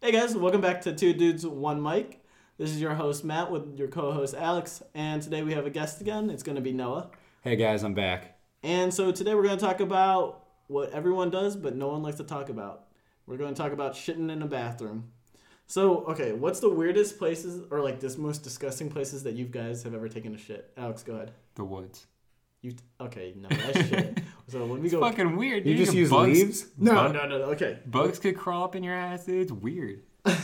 Hey guys, welcome back to Two Dudes One Mic. This is your host Matt with your co-host Alex, and today we have a guest again. It's going to be Noah. Hey guys, I'm back. And so today we're going to talk about what everyone does but no one likes to talk about. We're going to talk about shitting in a bathroom. So, okay, what's the weirdest places or like this most disgusting places that you guys have ever taken a shit? Alex, go ahead. The woods. You okay? No, that's shit. So when we It's go, fucking weird. You dude. just Your use bugs, leaves? no, bug- no, no, no. Okay. Bugs could crawl up in your ass. Dude. It's weird.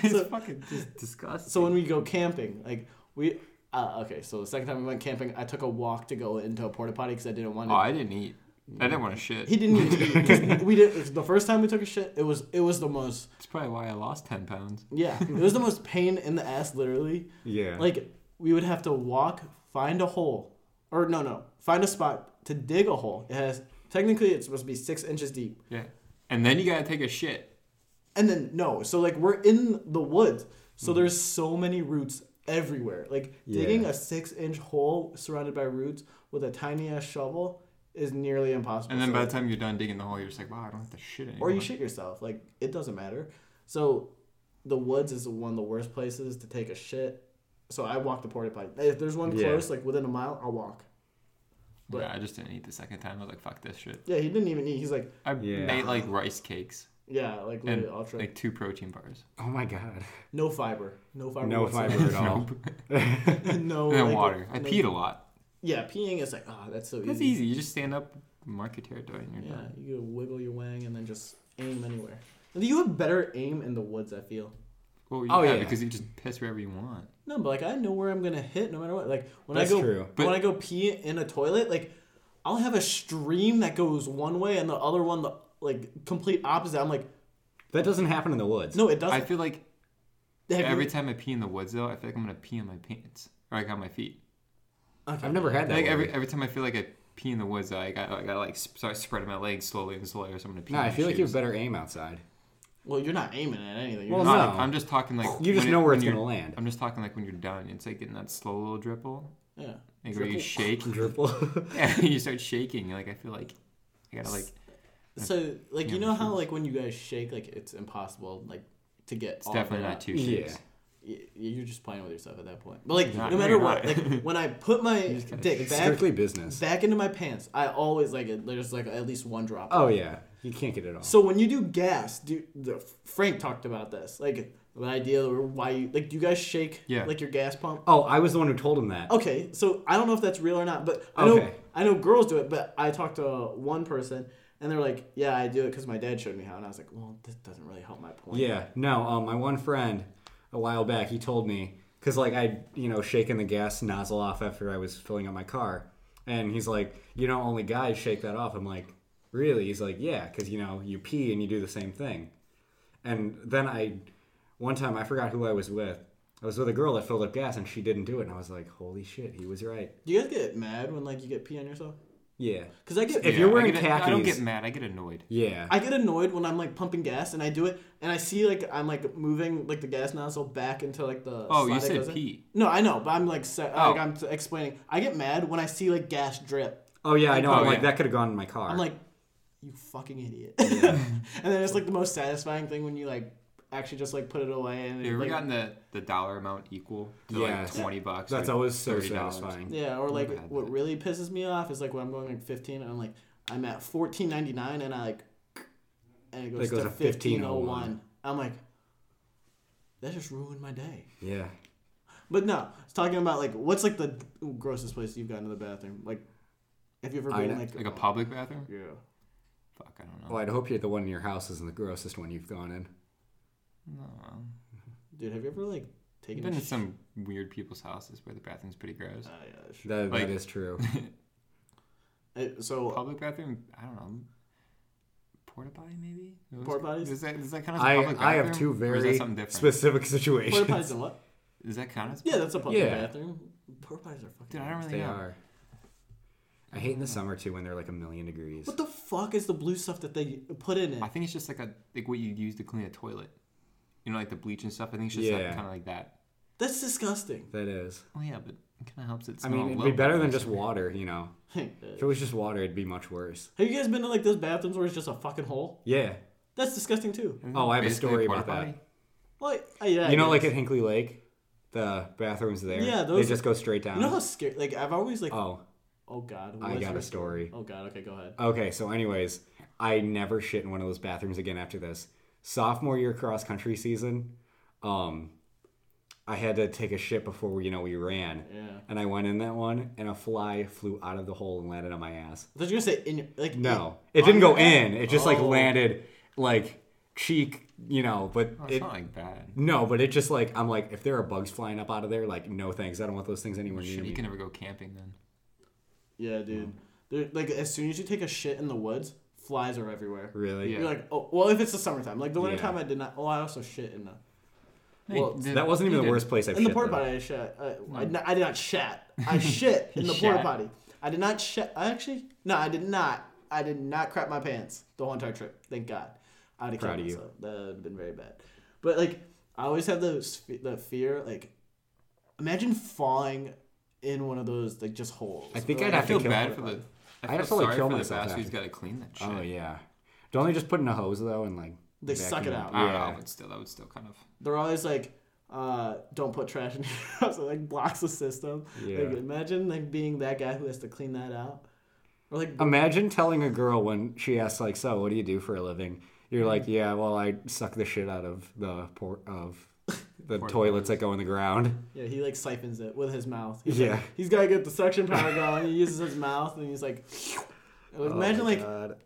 It's fucking just disgusting. So when we go camping, like we, uh, okay. So the second time we went camping, I took a walk to go into a porta potty because I didn't want to. oh, I didn't eat. I didn't want to shit. he didn't even eat. 'cause We did the first time we took a shit. It was it was the most That's probably why I lost ten pounds. yeah. It was the most pain in the ass, literally. Yeah. Like we would have to walk, find a hole, or no no, find a spot to dig a hole. It has technically it's supposed to be six inches deep. Yeah. And then you gotta take a shit. And then no, so like we're in the woods, Mm. so there's so many roots everywhere. Like digging Yeah. a six inch hole surrounded by roots with a tiny ass shovel is nearly impossible. And then So, by like, the time you're done digging the hole, you're just like, wow, I don't have to shit anymore. or you shit yourself. Like it doesn't matter. So the woods is one of the worst places to take a shit. So I walk the porta potty. If there's one Yeah. close, like within a mile, I'll walk. but- yeah, I just didn't eat the second time. I was like, fuck this shit. Yeah, he didn't even eat. He's like, I Yeah. made like rice cakes yeah, like and literally ultra, like two protein bars. oh my god. no fiber, no fiber, No whatsoever. fiber at all. no And then Oh, like, water. I no- peed a lot. Yeah, peeing is like, ah, that's so That's easy. easy. You just stand up, mark your territory, and you're Yeah, done. Uh, you could wiggle your wang and then just aim anywhere. And you have better aim in the woods, I feel. Well, Oh, yeah, yeah. because you just piss wherever you want. No, but like I know where I'm gonna hit no matter what. Like when That's I go true. when But- I go pee in a toilet, like I'll have a stream that goes one way and the other one the like complete opposite. I'm like, That doesn't happen in the woods. no, it I doesn't. feel like Have every you- time I pee in the woods, though, I feel like I'm gonna pee on my pants or like on my feet. okay. I've never had that. like every worry. every time I feel like I pee in the woods, I got I got like sp- start spreading my legs slowly and slowly, or so I'm gonna pee. no, in I my feel like you shoes. have better aim outside. Well, you're not aiming at anything. You're Well, just- No, No. I'm just talking like You just when know where when it's you're- gonna land. I'm just talking like when you're done, it's like getting that slow little dribble, yeah. like where you shake Dribble. and you start shaking. Like I feel like I gotta like So like you Yeah, know my how shoes. like when you guys shake, like it's impossible like to get. it's definitely not two yeah. shakes. Y- You're just playing with yourself at that point. But like Not- no no, matter you're what, not. like when I put my just gotta dick It's back strictly business. back into my pants, I always like it. There's like at least one drop. Oh yeah. You can't get it all. So when you do gas, do the Frank talked about this, like the idea or why you like do you guys shake Yeah. like your gas pump? oh, I was the one who told him that. Okay, so I don't know if that's real or not, but I know Okay. I know girls do it, but I talked to one person and they're like, yeah, I do it because my dad showed me how, and I was like, well, this doesn't really help my point. Yeah. No. Um, my one friend a while back, he told me because like I, you know, shaking the gas nozzle off after I was filling up my car, and he's like, you know, only guys shake that off. I'm like, really? He's like, yeah, because you know, you pee and you do the same thing. And then I, one time I forgot who I was with. I was with a girl that filled up gas and she didn't do it, and I was like, holy shit, he was right. Do you guys get mad when like you get pee on yourself? Yeah. Because I get If Yeah, you're I wearing get- I don't khakis- get mad. I get annoyed. Yeah. I get annoyed when I'm like pumping gas and I do it and I see like I'm like moving like the gas nozzle back into like the Oh, you slide that said goes in. pee. No, I know, but I'm like, se- Oh. like I'm t- explaining. I get mad when I see like gas drip. oh yeah, I know. I'm Oh, like yeah. that could have gone in my car. I'm like, you fucking idiot. and then it's like the most satisfying thing when you like actually just like put it away and Have you it, ever like, gotten the, the dollar amount equal to Yes. like twenty bucks? that's or always so $30? satisfying. yeah, or like Never had what that. really pisses me off is like when I'm going like 15 and I'm like I'm at 14.99 and I like and it goes, That goes to to 15.01. 15.01. I'm like, that just ruined my day. Yeah. But no, it's talking about like what's like the grossest place you've gotten to the bathroom. Like, have you ever I been know. like Like a public bathroom? Yeah. Fuck, I don't know. Well, I'd hope you're the one in your house isn't the grossest one you've gone in. No. Dude, have you ever like I've taken? been a in sh- some weird people's houses where the bathroom's pretty gross. Ah, yeah, sure. That, Like- that is true. Uh, so Public bathroom? I don't know. Porta potty maybe? Those- Porta potties? Does that, does that count as a I, public I have bathroom? two Or is very that something different? specific porta situations. potties and what? Does that count as? Yeah, that's a public Yeah. bathroom. Porta potties are fucking. Dude, I don't really They know. are. I hate in the summer too when they're like a million degrees. What the fuck is the blue stuff that they put in it? I think it's just like a like what you use to clean a toilet. You know, like the bleach and stuff. I think it's just Yeah. kind of like that. That's disgusting. That is. Well, yeah, but it kind of helps it I smell. mean, a it'd be little better bit than nicer. just water, you know. have If it was just water, it'd be much worse. you guys been to like those bathrooms where it's just a fucking hole? Yeah. That's disgusting too. Oh, I have a Mm-hmm. Basically story porta about that. potty. Like, I- yeah, you know, I like guess. at Hinkley Lake, the bathrooms there. Yeah, those- they just go straight down. you know how scary? Like I've always like, oh, oh, god, I Uh, what's got your a story. Oh god, okay, go ahead. Okay, so anyways, I never shit in one of those bathrooms again after this. Sophomore year cross country season, um, I had to take a shit before we, you know we ran, Yeah, and I went in that one, and a fly flew out of the hole and landed on my ass. I thought you were gonna say in your like No, it didn't go your head? in. It just like Oh. landed like cheek, you know. But Oh, it's it Mm, not like that. no, but it just like I'm like if there are bugs flying up out of there, like no thanks. I don't want those things anywhere near Shit, me. you can never go camping then. Yeah, Mm. dude. They're, like as soon as you take a shit in the woods, flies are everywhere. Really? Yeah. You're like, oh, well, if it's the summertime, like the Yeah. wintertime, I did not. Oh, I also shit in the Hey, Well, did- That wasn't even you the did. worst place I've in the shit, porta though. potty. I shat. I, I, n- I did not shat. I shit in the porta Shat? potty. I did not shat. I actually no, I did not. I did not crap my pants the whole entire trip. Thank God. I'd have Proud killed of you. myself. That would have been very bad. But like, I always have those fe- the fear. Like, imagine falling in one of those like just holes. I think Or, I'd like, I have to feel kill- bad for the. I I'd feel have to, like, sorry kill for the myself bastard who's after. got to clean that shit. Oh yeah. Don't they just put in a hose though and like They suck it vacuum out. I don't know, Yeah. but still, that would still kind of. they're always like, uh, don't put trash in your house. It like blocks the system. Yeah. Like, imagine like being that guy who has to clean that out. Or like Imagine telling a girl when she asks like, "So, what do you do for a living?" You're like, Mm-hmm. "Yeah, well, I suck the shit out of the port of the Porta toilets that go in the ground." yeah, he like siphons it with his mouth. He's Yeah. like, he's gotta get the suction power going. He uses his mouth and he's like, imagine like,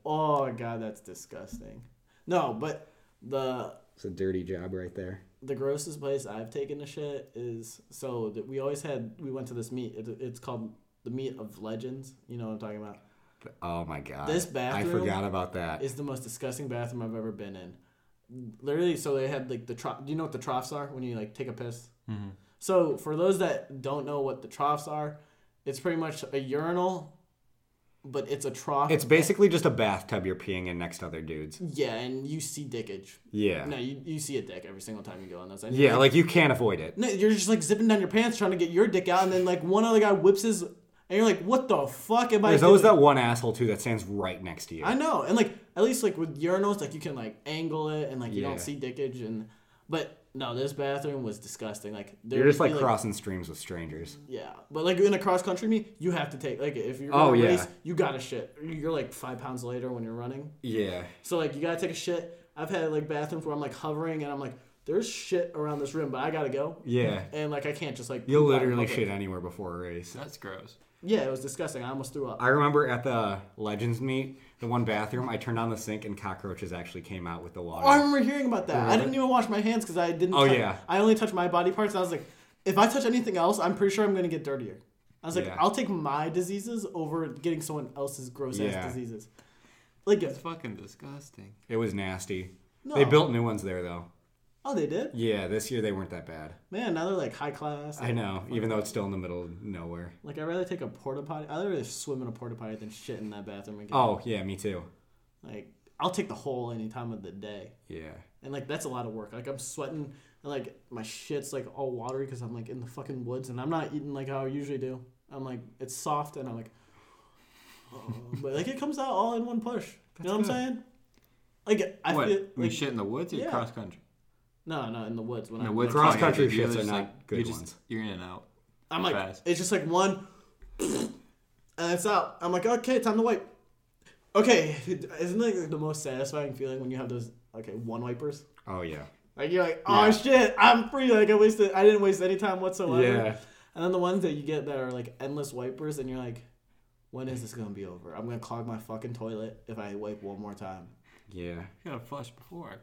oh god, that's disgusting. No, but the it's a dirty job right there. the grossest place I've taken a shit is so that we always had we went to this meet. It, it's called the meet of legends. You know what I'm talking about. Oh my god. This I bathroom forgot about that. is the most disgusting bathroom I've ever been in. Literally, so they had like the trough. Do you know what the troughs are when you like take a piss? Mm-hmm. Mhm. So for those that don't know what the troughs are, it's pretty much a urinal, but it's a trough. It's basically just a bathtub you're peeing in next to other dudes. yeah, and you see dickage. Yeah. No, you, you see a dick every single time you go on those. And Yeah, like you can't avoid it. no, you're just like zipping down your pants trying to get your dick out, and then like one other guy whips his, and you're like, what the fuck am I? There's always doing?" that one asshole too that stands right next to you. I know, and like at least like with urinals, like you can like angle it and like you Yeah. don't see dickage and. But no, this bathroom was disgusting. Like there You're just would like be, crossing streams with strangers. Yeah, but like in a cross country meet, you have to take like if you're Oh, gonna yeah. race, you gotta shit. You're like five pounds later when you're running, Yeah. so like you gotta take a shit. I've had like bathrooms where I'm like hovering and I'm like, there's shit around this room, but I gotta go, Yeah. and like I can't just like You'll poop out in literally public. shit anywhere before a race. That's gross. Yeah, it was disgusting. I almost threw up. I remember at the Legends meet, the one bathroom, I turned on the sink and cockroaches actually came out with the water. Oh, I remember hearing about that. I Remember? didn't even wash my hands because I didn't. Oh, touch- yeah. I only touched my body parts, and I was like, if I touch anything else, I'm pretty sure I'm gonna get dirtier. I was like, Yeah. I'll take my diseases over getting someone else's gross Yeah. ass diseases. Like, It's fucking disgusting. It was nasty. no. They built new ones there though. Oh, they did. Yeah, this year they weren't that bad. Man, now they're like high class. I know, even though it's still in the middle of nowhere. Like I'd rather take a porta potty. I'd rather swim in a porta potty than shit in that bathroom again. Oh, yeah, me too. Like I'll take the hole any time of the day. Yeah. And like that's a lot of work. Like I'm sweating and like my shit's like all watery because I'm like in the fucking woods and I'm not eating like how I usually do. I'm like it's soft and I'm like, oh. but like it comes out all in one push. you know what I'm saying? Like I what? feel you like shit in the woods or Yeah. Uh, cross country? no, no, in the woods when In I the woods, Cross oh, yeah, country you're shits are just, not like, good you're just- ones. You're in and out. I'm like, fast. it's just like one, and it's out. I'm like, okay, time to wipe. Okay, isn't that like the most satisfying feeling when you have those okay one wipers? Oh, yeah. Like you're like, oh Yeah. shit, I'm free. Like I wasted, I didn't waste any time whatsoever. Yeah. And then the ones that you get that are like endless wipers, and you're like, when is this gonna be over? I'm gonna clog my fucking toilet if I wipe one more time. Yeah. You gotta flush before.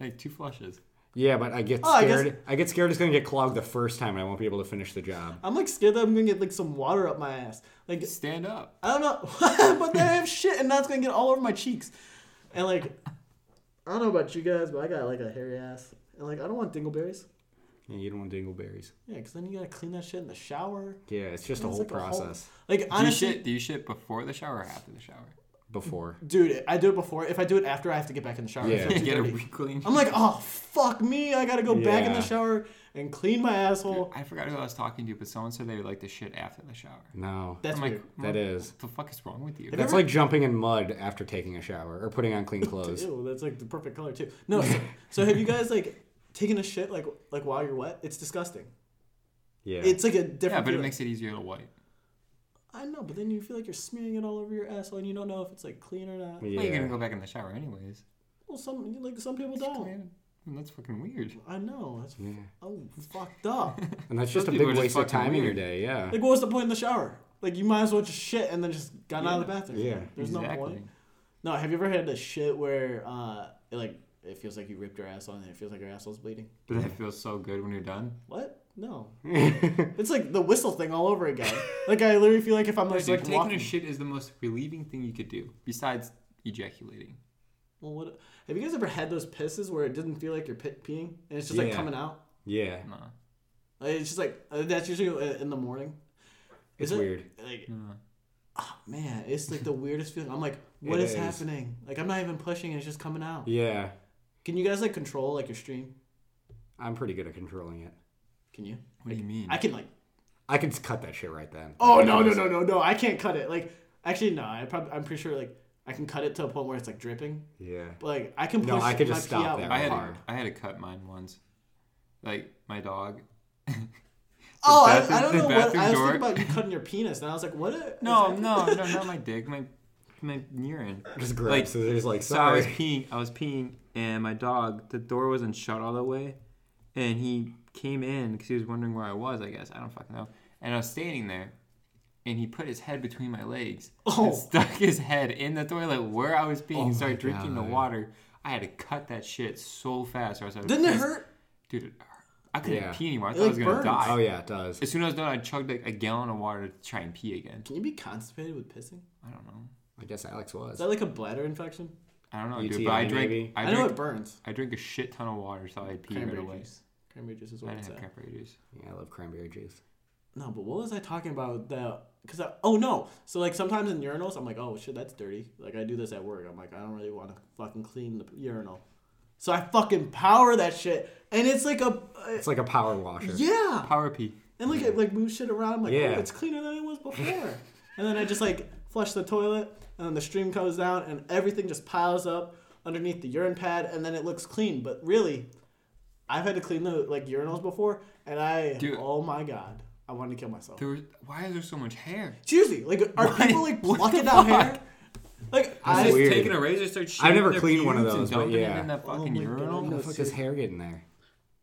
Like two flushes. Yeah, but I get Oh, I guess- scared. I, get scared it's going to get clogged the first time and I won't be able to finish the job. I'm like scared that I'm gonna get like some water up my ass. Like Stand up. I don't know, but they have shit, and that's gonna get all over my cheeks. And like, I don't know about you guys, but I got like a hairy ass, and like I don't want dingleberries. Yeah, you don't want dingleberries. Yeah, because then you gotta clean that shit in the shower. Yeah, it's just It's a whole like a whole- process. Like Do you honestly, shit? Do you shit before the shower or after the shower? before. Dude, I do it before. If I do it after, I have to get back in the shower. Yeah. It's Get a 2:30. re-clean. I'm like, oh fuck me! I gotta go back in Yeah. the shower and clean my asshole. I forgot who I was talking to, but someone said they would like to shit after the shower. No. That's I'm weird. like, That what is. the fuck is wrong with you? Have That's ever- like jumping in mud after taking a shower or putting on clean clothes. Ew, that's like the perfect color too. No, so, so have you guys like taken a shit like like while you're wet? It's disgusting. Yeah. It's like a yeah, different. but it feeling. makes it easier to wipe. I know, but then you feel like you're smearing it all over your asshole, and you don't know if it's like clean or not. Well, you're gonna yeah. go back in the shower anyways. Well, some like some people don't. Man, that's fucking weird. I know. That's yeah. oh fucked up. And that's just a Some people big are waste just of fucking time in your weird. day. Yeah. like, what was the point in the shower? Like, you might as well just shit and then just got out of the bathroom. Yeah. There's no exactly. point. No, have you ever had a shit where uh, it, like it feels like you ripped your asshole and it feels like your asshole's bleeding? But that feels so good when you're done. What? No. it's like the whistle thing all over again. like I literally feel like if I'm like, Dude, like taking walking. a shit is the most relieving thing you could do, besides ejaculating. well, what? Have you guys ever had those pisses where it didn't feel like you're pe- peeing and it's just like Yeah. coming out? Yeah. No. Like, it's just like uh, that's usually uh, in the morning. It's Is it- weird. Like ah, no. man, it's like the weirdest feeling. I'm like, what It is, is. happening? Like I'm not even pushing; it's just coming out. Yeah. Can you guys like control like your stream? I'm pretty good at controlling it. Can you? What do you mean? I can like I could cut that shit right then. Oh no no no no no! I can't cut it. Like actually no, I probably I'm pretty sure like I can cut it to a point where it's like dripping. Yeah. But like I can push No, I could just my pee stop out there. I hard. had hard. I had to cut mine once. Like my dog. oh, I, bathroom- I don't the know what bathroom I was door. thinking about you cutting your penis, and I was like, what? is No, that- no, no, not my dick. My my urine. Just grab Like, scissors. Like So I was sorry. peeing. I was peeing, and my dog. The door wasn't shut all the way, and he came in because he was wondering where I was. I guess I don't fucking know. And I was standing there, and he put his head between my legs Oh. and stuck his head in the toilet where I was peeing Oh and started my drinking the God. water. I had to cut that shit so fast, or else I was Didn't it pissed. hurt? dude? It hurt. I couldn't Yeah. pee anymore. I It, thought I like, was gonna burns. die. Oh yeah, it does. As soon as I was done, I chugged like a gallon of water to try and pee again. Can you be constipated with pissing? I don't know. I guess Alex Is was. that like a bladder infection? I don't know, dude. UTI But I drank. maybe? I E I, drank. know it burns. I drink a shit ton of water, so I pee right Cranberry away. juice. Cranberry juice is I what didn't it's have at. cranberry juice. Yeah, I love cranberry juice. No, but what was I talking about? The because I oh no, so like sometimes in urinals, I'm like, oh shit, that's dirty. Like I do this at work. I'm like, I don't really want to fucking clean the urinal, so I fucking power that shit, and it's like a uh, It's like a power washer. yeah, Power pee. and like it like moves shit around. I'm like, Yeah. oh, it's cleaner than it was before. and then I just like flush the toilet, and then the stream comes down, and everything just piles up underneath the urine pad, and then it looks clean. But really, I've had to clean the like urinals before, and I Dude. oh my god, I wanted to kill myself. There was, why is there so much hair? Seriously, like, are people like What plucking the out fuck? hair? Like, That's I, weird. taking a razor, start. I've shaving never their cleaned one of pubes and those, but dumping it yeah. in that Oh fucking my urinal. God. How the fuck does hair get in there?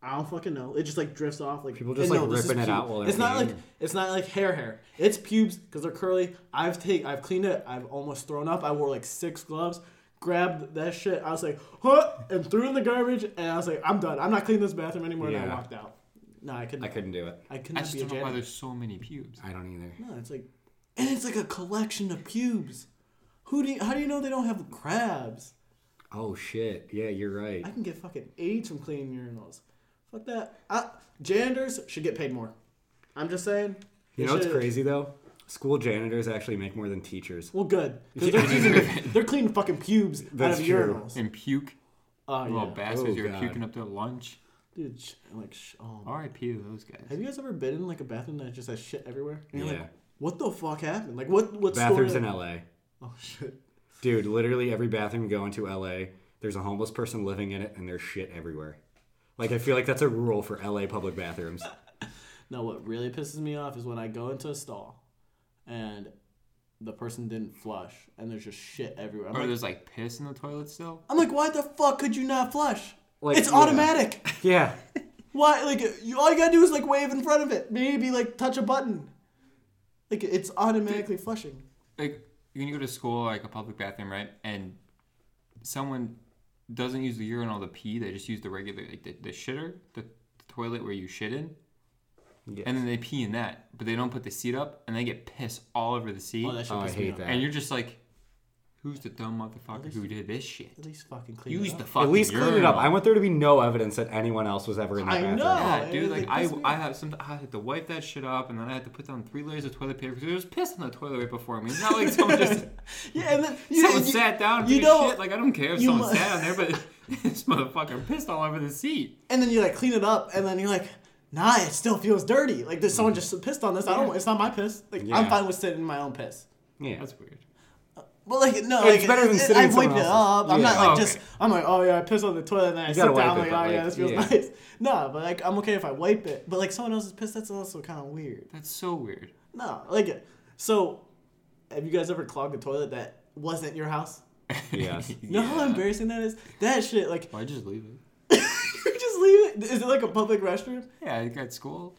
I don't fucking know. It just like drifts off. Like People just, and like, this is ripping it pubes. out while they're it's not like peeing. it's not like hair hair. It's pubes because they're curly. I've take I've cleaned it. I've almost thrown up. I wore like six gloves. Grabbed that shit. I was like, huh, and threw it in the garbage. And I was like, I'm done. I'm not cleaning this bathroom anymore. And I Yeah. walked out. No, I couldn't. I couldn't do it. I could I not just be a don't know why janitor. there's so many pubes. I don't either. No, it's like, and it's like a collection of pubes. Who do you, how do you know they don't have crabs? Oh shit. Yeah, you're right. I can get fucking AIDS from cleaning urinals. Fuck that. I, janitors should get paid more. I'm just saying. You They know what's should- crazy though? School janitors actually make more than teachers. Well, good. 'Cause They're, cleaning, they're cleaning fucking pubes That's out of true. urinals. And puke. Oh, Little yeah. bastards, Oh, you're God. puking up their lunch. Dude, sh- I'm like, sh- oh. my- R.I.P. to those guys. Have you guys ever been in like a bathroom that just has shit everywhere? And you're Yeah. like, what the fuck happened? Like, what, what Bathrooms story? in LA. oh, shit. Dude, literally every bathroom you go into LA, there's a homeless person living in it and there's shit everywhere. Like I feel like that's a rule for LA public bathrooms. No, what really pisses me off is when I go into a stall and the person didn't flush and there's just shit everywhere. I'm Or like, there's like piss in the toilet still. I'm like, why the fuck could you not flush? Like, it's yeah. automatic. Yeah. Why? Like, you, all you gotta do is like wave in front of it. Maybe like touch a button. Like it's automatically flushing. like when you go to school like a public bathroom right and someone doesn't use the urinal to pee they just use the regular like the, the shitter the, the toilet where you shit in and then they pee in that but they don't put the seat up and they get piss all over the seat Oh, that shit Oh, I pisses me hate off. that. and you're just like Who's the dumb motherfucker who did this shit? At least fucking clean. Use it the up. fucking At least clean it up. urinal. I want there to be no evidence that anyone else was ever in the I bathroom. know. Yeah, Oh, dude. it- Like it I, pissed me I had some. I had to wipe that shit up, and then I had to put down three layers of toilet paper because there was piss on the toilet right before me. It's not like someone just Yeah, and then you, someone you- sat down and you took a don't- shit. Like I don't care if you someone mu- sat on there, but this motherfucker pissed all over the seat. and then you like clean it up, and then you're like, nah, it still feels dirty. Like there's someone just pissed on this. I don't. It's not my piss. Like I'm Mm. Yeah. fine with sitting in my own piss. Yeah. That's weird. But like no, It's like, better than it- sitting I in someone wiped it else's. up. I'm Yeah. not like Oh, okay. just. I'm like, oh yeah, I pissed on the toilet, and then I sit gotta down. I'm wipe like, it, but, oh yeah, like, this feels yeah. nice. No, but like I'm okay if I wipe it. But like someone else's piss, that's also kind of weird. That's so weird. No, like so. Have you guys ever clogged a toilet that wasn't your house? Yes. You know how Yeah. embarrassing that is. That shit, like Why just leave it? you just leave it. Is it like a public restroom? Yeah, I got school.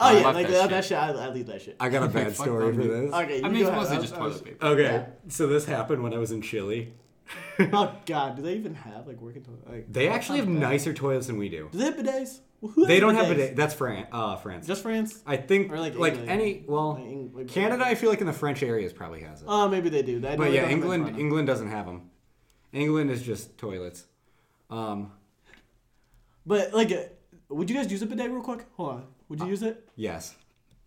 Oh I yeah, love like that that, that shit. I, I leave that shit. I got a bad Fuck story that, for dude. this. Okay, you I mean, go it's ahead. mostly I was- just I was- toilet paper. Okay, Yeah. so this happened when I was in Chile. Oh god, do they even have like working toilet? Like, They actually have nicer toilets than we do. do they have bidets? Well, who They has don't have bidets? bidet. That's France. Uh, France. Just France? I think Or, like, like, England. any well Like, Eng- like- Canada. I feel like in the French areas probably has it. Oh, maybe they do. That but yeah, England England. England doesn't have them. England is just toilets. Um, But like, uh, would you guys use a bidet real quick? Hold on. Would Uh, you use it? yes,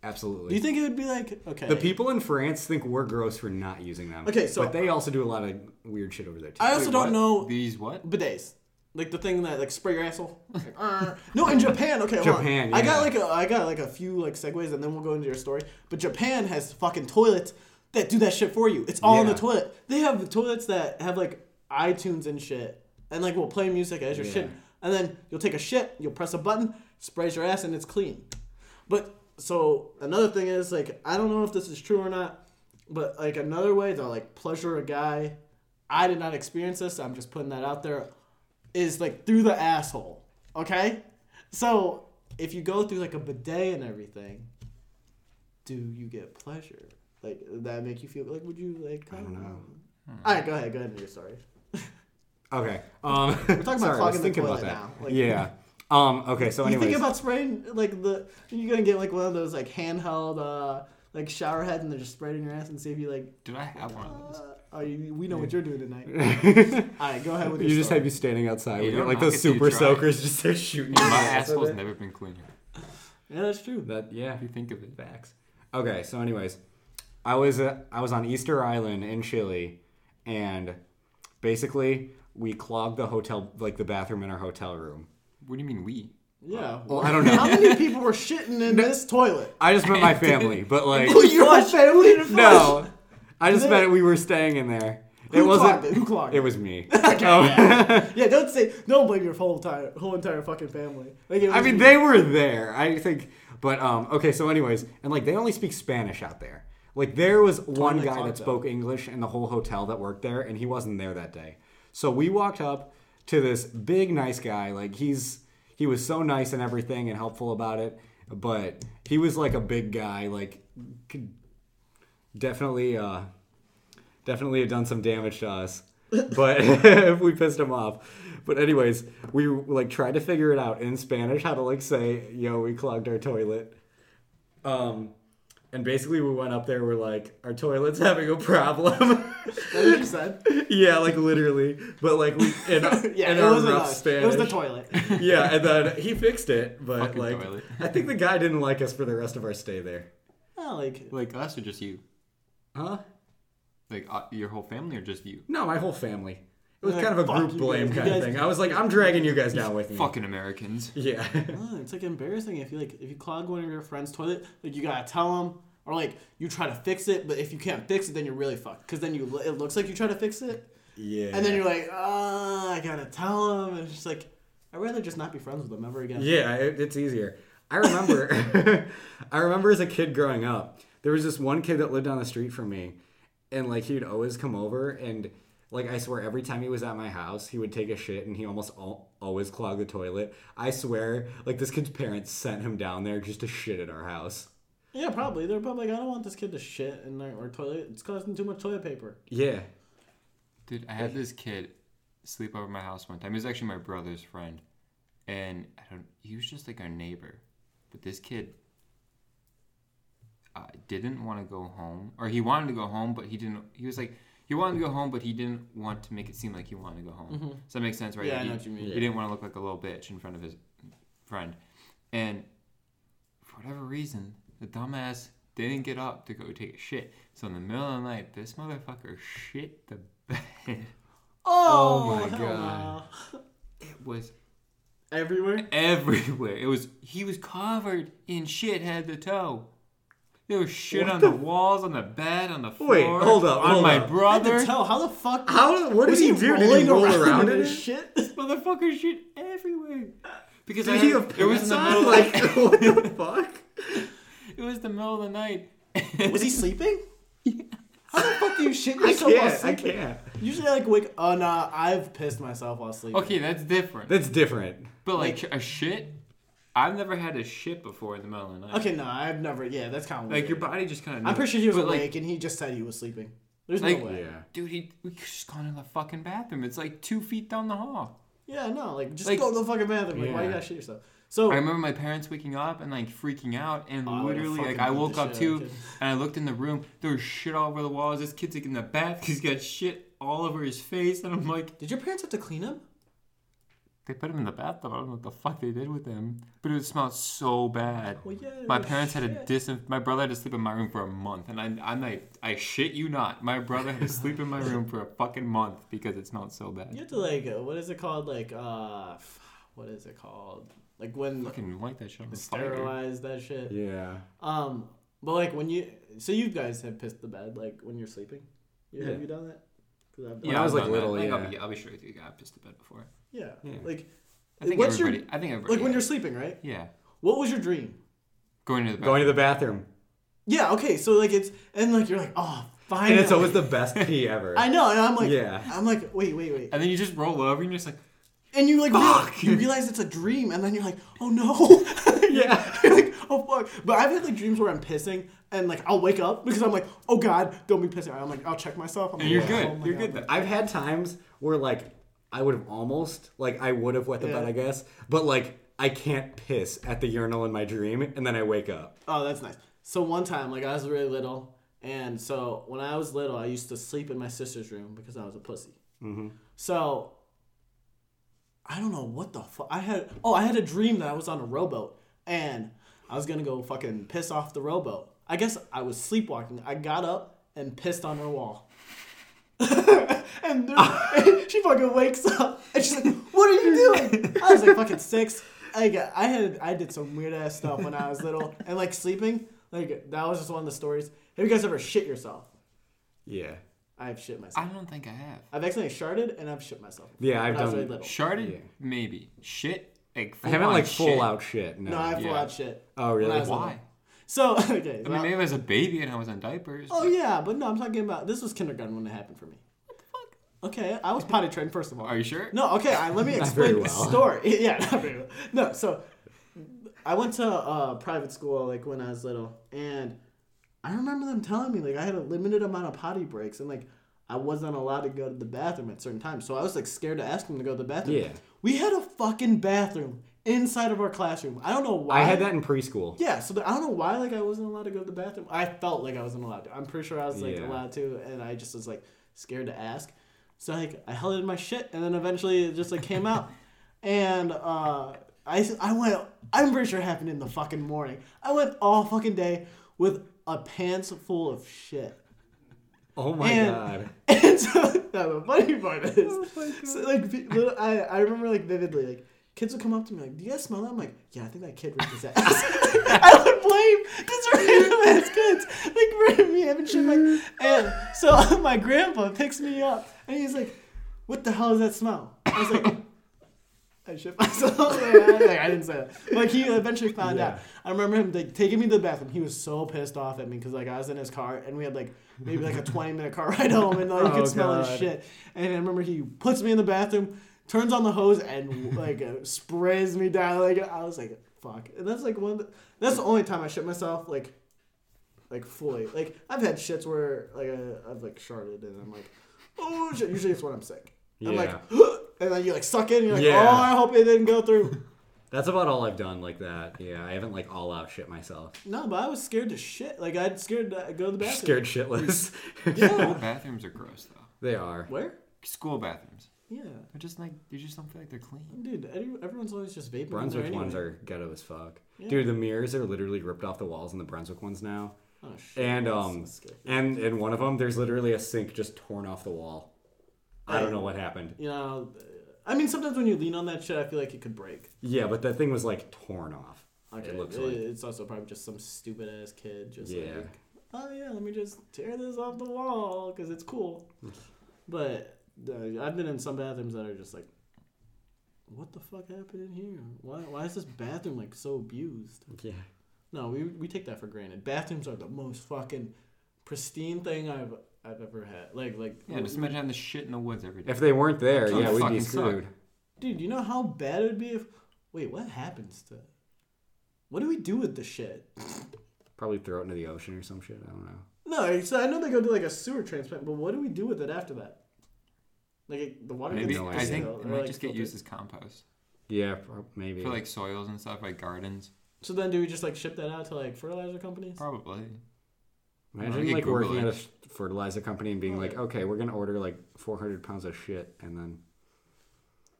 absolutely. Do you think it would be like okay? the people in France think we're gross for not using them. Okay, so- but they also do a lot of weird shit over there too. I also don't what? know These what? bidets. Like the thing that like spray your asshole. Like, "Arr." no, in Japan. Okay, hold on. Japan, I got yeah. like a I got like a few like segues, and then we'll go into your story. But Japan has fucking toilets that do that shit for you. It's all in the Yeah. toilet. They have toilets that have like iTunes and shit, and like will play music as your shit, and then you'll take a shit, you'll press a button, sprays your ass, and it's clean. But so another thing is like I don't know if this is true or not, but like another way to like pleasure a guy, I did not experience this. So I'm just putting that out there, is like through the asshole. Okay, so if you go through like a bidet and everything, do you get pleasure? Like does that make you feel like would you like? I don't know. All right, go ahead. Go ahead and your story. Okay. Um, We're talking about sorry, I was clogging the thinking about toilet that. now, like- yeah. Um, okay. So You anyways, think about spraying like the you're gonna get like one of those like handheld uh like shower head and they're just spraying your ass and see if you like Did I have one of those? uh, oh you, we know what you're doing tonight. All right, go ahead with your you just story. have you standing outside. You with your- don't like knock those it till you super try it. soakers just there shooting. you in the My ass with asshole's it. never been cleaner. yeah, that's true. That yeah. If you think of it. Facts. Okay, so anyways, I was uh, I was on Easter Island in Chile, and basically we clogged the hotel like the bathroom in our hotel room. What do you mean we? Yeah. Well, I don't How know. many people were shitting in this toilet? I just met my family, but like your family? no, I just meant we were staying in there. Who it wasn't. clogged it? Who clogged It it? was me. Oh, Yeah, don't say don't blame your whole entire whole entire fucking family. Like, it I was mean, you. they were there. I think, but um, okay. So, anyways, and like they only speak Spanish out there. Like there was one they guy talk, that though. spoke English in the whole hotel that worked there, and he wasn't there that day. So we walked up to this big nice guy. Like he's he was so nice and everything and helpful about it, but he was like a big guy. Like could definitely uh definitely have done some damage to us but if we pissed him off but anyways we like tried to figure it out in spanish how to like say yo we clogged our toilet um and basically we went up there we're like our toilet's having a problem That's what you said. yeah like literally but like we in, Yeah, in it our wasn't rough us. spanish It was the toilet. yeah and then he fixed it but Fucking like toilet. i think the guy didn't like us for the rest of our stay there Oh, like Like us or just you? huh Like uh, your whole family or just you? No, my whole family. It was Like, kind of a fuck group you blame guys. kind You of guys- thing. I was like, I'm dragging you guys down with me. Fucking Americans. Yeah. No, it's like embarrassing if you like if you clog one of your friend's toilet, like you gotta tell them, or like you try to fix it, but if you can't fix it, then you're really fucked. Cause then you it looks like you try to fix it, yeah. and then you're like, ah, I gotta tell them, and it's just like I'd rather just not be friends with them ever again. Yeah, it, it's easier. I remember, I remember as a kid growing up, there was this one kid that lived down the street from me, and like he'd always come over, and like I swear every time he was at my house, he would take a shit, and he almost al- always clogged the toilet. I swear, like this kid's parents sent him down there just to shit at our house. Yeah, probably they're probably like I don't want this kid to shit in our, our toilet. It's causing too much toilet paper. Yeah. Dude, I had this kid sleep over at my house one time. He was actually my brother's friend, and I don't. He was just like our neighbor, but this kid uh, didn't want to go home, or he wanted to go home, but he didn't. He was like, He wanted to go home, but he didn't want to make it seem like he wanted to go home. Does that make sense, right? Mm-hmm. Yeah, I He- know what you mean. He didn't want to look like a little bitch in front of his friend, and for whatever reason, the dumbass didn't get up to go take a shit. So in the middle of the night, this motherfucker shit the bed. Oh, my hell God. no. It was Everywhere. everywhere. It was he was covered in shit head to toe. There was shit What on the- the walls, on the bed, on the floor. Wait, hold up, on hold up. my I had brother. to tell how the fuck. How- what did was he do? Did he roll around in this it? shit? Motherfucker shit everywhere. Because I Did he had- have it was pants in the on? middle Like, of, what the fuck? it was the middle of the night. Was he sleeping? How the fuck do you shit I yourself while can't. I sleeping? can't. Usually, I like wake. Oh nah, I've pissed myself while sleeping. okay, that's different. That's different. But like a shit, I've never had a shit before in the middle of the night. Okay, no, I've never. Yeah, that's kind of weird. Like your body just kind of. I'm pretty sure he was but, awake, like- and he just said he was sleeping. There's Like- no way. Yeah. Dude, he, we could just gone in the fucking bathroom. It's like two feet down the hall. Yeah, no, like just Like- go to the fucking bathroom. Like, why you Yeah. gotta shit yourself? So I remember my parents waking up and like freaking out, and Oh, I would've literally like fucking I beat woke the up shit out too, of the and kid. I looked in the room. There was shit all over the walls. This kid's like in the bath. He's got shit all over his face, and I'm like, did your parents have to clean him? they put him in the bathtub. I don't know what the fuck they did with him, but it smelled so bad. Well, Oh, yeah. My it was parents had shit. to dis. My brother had to sleep in my room for a month, and I, I'm like, I shit you not. My brother had to sleep in my room for a fucking month because it smelled so bad. You have to like, uh, what is it called? Like, uh, f- what is it called? Like when Fucking light that shit on fire. sterilize that shit. Yeah. Um, but like when you, so you guys have pissed the bed like when you're sleeping. You, Yeah. Have you done that? 'Cause I've done When I it. was, I've like, done that. little, I'll yeah. be, I'll be sure with you. I pissed the bed before. yeah. Yeah. Like I think What's your- everybody. I think everybody. like when yeah. you're sleeping, right? Yeah. What was your dream? Going to the Going to the bathroom. Yeah. Okay. So like it's and like you're like oh fine. And it's always the best pee ever. I know, and I'm like, Yeah. I'm like, wait, wait, wait, and then you just roll over and you're just like, and you like, Fuck! real- you realize it's a dream, and then you're like, oh no, Yeah. You're like, oh fuck. But I've had like dreams where I'm pissing, and like I'll wake up because I'm like, oh god, don't be pissing. I'm like, I'll check myself. I'm and like, you're oh, good. oh my you're God. good. Then. I've had times where like I would have almost like I would have wet the Yeah. bed, I guess, but like I can't piss at the urinal in my dream, and then I wake up. Oh, that's nice. So one time, like I was really little, and so when I was little, I used to sleep in my sister's room because I was a pussy. So I don't know what the fuck I had. Oh, I had a dream that I was on a rowboat and I was gonna go fucking piss off the rowboat. I guess I was sleepwalking. I got up and pissed on her wall. and, there- she fucking wakes up and she's like, "What are you doing?" I was like fucking six. I got, I had I did some weird ass stuff when I was little and like sleeping. Like that was just one of the stories. Have you guys ever shit yourself? Yeah. I've shit myself. I don't think I have. I've accidentally sharded and I've shit myself. Yeah, I've When I was done- really little. Sharded, Yeah. maybe. Shit, like I haven't full-on like shit. full out shit. No. No, I have full Yeah. out shit. Oh, when really? I was little. Why? So okay. I well- mean, maybe as a baby and I was on diapers. oh but- yeah, but no, I'm talking about this was kindergarten when it happened for me. What the fuck? Okay, I was potty trained first of all. Are you sure? No, okay. I, let me Not explain very the well. story. Yeah, not very well. no. So I went to uh, private school like when I was little, and I remember them telling me like I had a limited amount of potty breaks, and like I wasn't allowed to go to the bathroom at certain times. So I was like scared to ask them to go to the bathroom. Yeah. We had a fucking bathroom inside of our classroom. I don't know why. I had that in preschool. Yeah, so the, I don't know why like I wasn't allowed to go to the bathroom. I felt like I wasn't allowed to. I'm pretty sure I was like Yeah. allowed to, and I just was like scared to ask. So like I held it in my shit, and then eventually it just like came out, and uh, I s- I went. I'm pretty sure it happened in the fucking morning. I went all fucking day with a pants full of shit. Oh my And- god. And so no, the funny part is, so, like, pe- little, I, I remember like vividly, like kids would come up to me like, "Do you guys smell that?" I'm like, "Yeah, I think that kid ripped his ass." I would blame just random ass kids like for me having shit like. And so my grandpa picks me up and he's like, "What the hell is that smell?" I was like. I shit myself. like, I didn't say that. Like he eventually found out. I remember him like taking me to the bathroom. He was so pissed off at me because like I was in his car and we had like maybe like a twenty minute car ride home and like you Oh, could smell his God. shit. And I remember he puts me in the bathroom, turns on the hose and like uh, sprays me down. Like I was like fuck. And that's like one. Of the, that's the only time I shit myself. Like. Like fully, like I've had shits where like I, I've like sharded and I'm like, oh shit. Usually it's when I'm sick. I'm like, Yeah. and then you like suck it, and you're like, Yeah. oh, I hope it didn't go through. That's about all I've done like that. Yeah, I haven't like all out shit myself. No, but I was scared to shit. Like I'd scared to go to the bathroom. Scared shitless. School Yeah. bathrooms are gross though. they are. Where? School bathrooms. Yeah, They're just like you just don't feel like they're clean. dude. every- Everyone's always just vaping. in Brunswick there ones anyway. are ghetto as fuck. Yeah. Dude, the mirrors are literally ripped off the walls in the Brunswick ones now. Oh shit. And that's um so scary. and in one of them there's literally a sink just torn off the wall. I don't know what happened. you know, uh, I mean, sometimes when you lean on that shit, I feel like it could break. Yeah, but that thing was like torn off. Okay. It looks it- like it's also probably just some stupid ass kid just Yeah. like, oh yeah, let me just tear this off the wall because it's cool. but uh, I've been in some bathrooms that are just like, what the fuck happened in here? Why why is this bathroom like so abused? Yeah. No, we we take that for granted. Bathrooms are the most fucking pristine thing I've I've ever had. Like like Yeah, just imagine having the shit in the woods every day. If they weren't there, Oh, yeah, we'd be fucking suck. screwed. Dude, you know how bad it would be if. Wait, what happens to. What do we do with the shit? Probably throw it into the ocean or some shit. I don't know. No, so I know they go do like a sewer transplant, but what do we do with it after that? Like it, the water Maybe gets no I wasted idea. think out, it or, might like, just get filtered. used as compost Yeah, prob- maybe. for like soils and stuff, like gardens. So then, do we just like ship that out to like fertilizer companies? Probably. I Imagine could like Google working it. at a f- fertilizer company and being like, okay, we're gonna order like 400 pounds of shit, and then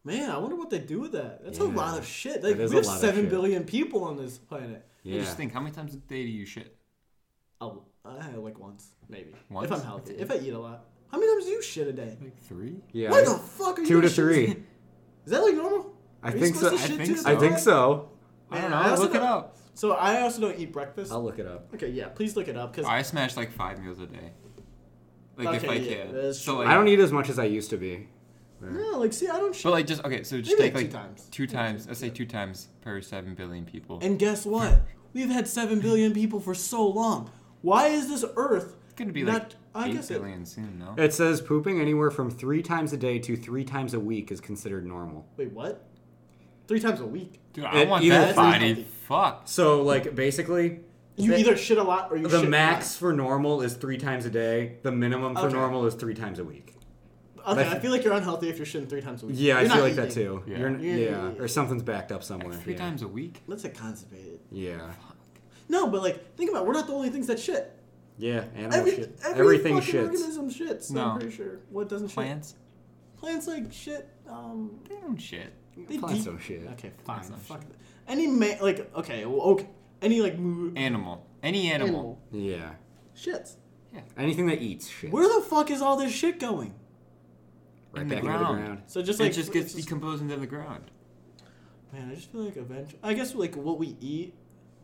Man, I wonder what they do with that. That's a Yeah. lot of shit. Like That is we a have lot of seven shit. billion people on this planet. Yeah. yeah, just think, how many times a day do you shit? Oh, I like once maybe if Once? I'm healthy. If I eat a lot, how many times do you shit a day? Like three? yeah, Why I- the fuck are you two to gonna shit- three. Is that like normal? I Are you think so. supposed I to shit think two to so. I three? think so. I don't Man, I know. also Look it don't- up. So I also don't eat breakfast. I'll look it up. Oh, Okay, yeah, please look it up because Oh, I smash like five meals a day. Like if Okay, I yeah, can. that's so true. like, I don't eat as much as I used to be. no, like see, I don't. Sh- But like just okay, so just Maybe, take like, like two times. Two times. Let's say two times per seven billion people. and guess what? We've had seven billion people for so long. Why is this Earth? it's gonna be like not- eight I billion guess it- soon, no? It says pooping anywhere from three times a day to three times a week is considered normal. Wait, what? Three times a week. Dude, I it- want either that three- body. Fuck. So like basically, You the- either shit a lot or you the shit max for normal is three times a day. The minimum for Okay. normal is three times a week. not. Okay, I feel like you're unhealthy if you're shitting three times a week. Yeah, You're I feel not like that eating. too. Yeah. You're n- Yeah, yeah. yeah, yeah. or something's backed up somewhere. Like three yeah. times a week? Let's say constipated. Yeah, No, but like, think about it. We're not the only things that shit. yeah. Animal Every, shit. every Everything fucking shits. organism shits. So No. I'm pretty sure. What doesn't Plants? shit? Plants like shit. Um, They don't shit. they Plants de- don't shit. Okay, fine. Plants don't Fuck that. Any ma- like okay, well, okay. Any like mo- Animal. Any animal. Yeah. shits. Anything that eats shit. Where the fuck is all this shit going? right In the back into ground. the ground. So just like it just gets it's just- decomposed into the ground. man, I just feel like eventually, I guess like what we eat,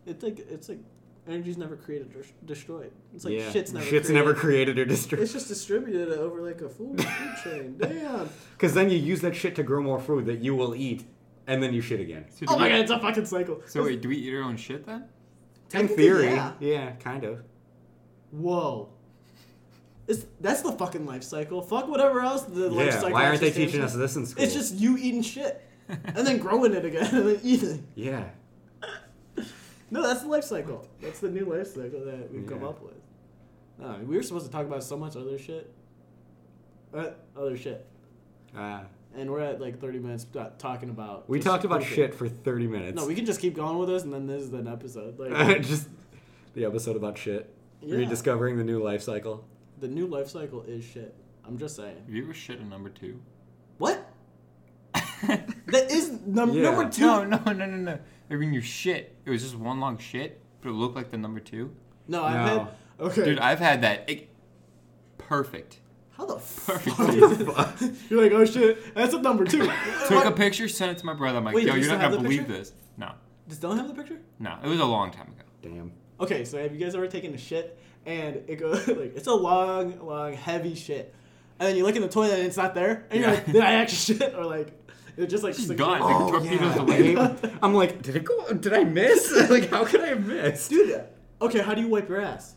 it's like it's like energy's never created or destroyed. It's like yeah. shit's never. created. never created or It's destroyed. just distributed over like a food, food chain. Damn. Because then you use that shit to grow more food that you will eat, and then you shit again. So, do Oh my we- god, it's a fucking cycle. so wait, do we eat our own shit then? In Technically, theory, yeah. kind of. Whoa. It's, that's the fucking life cycle. Fuck whatever else the life Yeah. cycle. Why aren't they is just teaching damn us shit. this in school? It's just you eating shit, and then growing it again, and then eating. yeah. No, that's the life cycle. That's the new life cycle that we've come Yeah. up with. No, we were supposed to talk about so much other shit. Uh, other shit. Uh, And we're at like 30 minutes ta- talking about. we just talked about pooping. shit for thirty minutes. No, we can just keep going with this, and then this is an episode. Uh, Like just the episode about shit. Yeah. Rediscovering the new life cycle. the new life cycle is shit. I'm just saying. Have you ever shit a number two? What? That is num- Yeah. number two. No, no, no, no, no. I mean, you shit. It was just one long shit, but it looked like the number two. No, I've No. had. Okay. Dude, I've had that. It, perfect. How the fuck is this? You're like, oh shit, that's up number two. Took a What? picture, sent it to my brother. I'm like, Wait, yo, do you you're still not gonna have the believe picture? this. No, Does Dylan have the picture? no. It was a long time ago. Damn. Okay, so have you guys ever taken a shit and it goes like it's a long, long, heavy shit, and then you look in the toilet and it's not there, and you're Yeah. like, did I actually shit or like it just like She's slips gone. away? Like, torpedoes the wind. Babe, I'm like, did it go? Did I miss? like, how could I have missed? Dude, okay, how do you wipe your ass?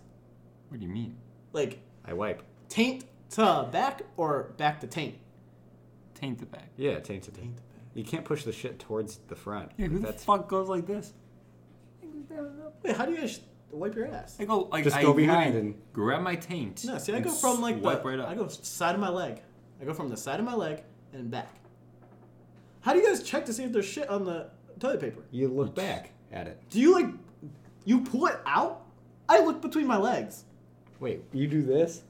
What do you mean? Like I wipe. taint to back or back to taint? Taint the back. Yeah, taint to taint. Taint to back. You can't push the shit towards the front. Yeah, who That's the fuck goes like this? Wait, how do you guys wipe your ass? I go like Just I go behind literally and- grab my taint. No, see, I and go from like the swipe right up. I go side of my leg. I go from the side of my leg and back. How do you guys check to see if there's shit on the toilet paper. You look back at it. Do you like you pull it out? I look between my legs. Wait, you do this?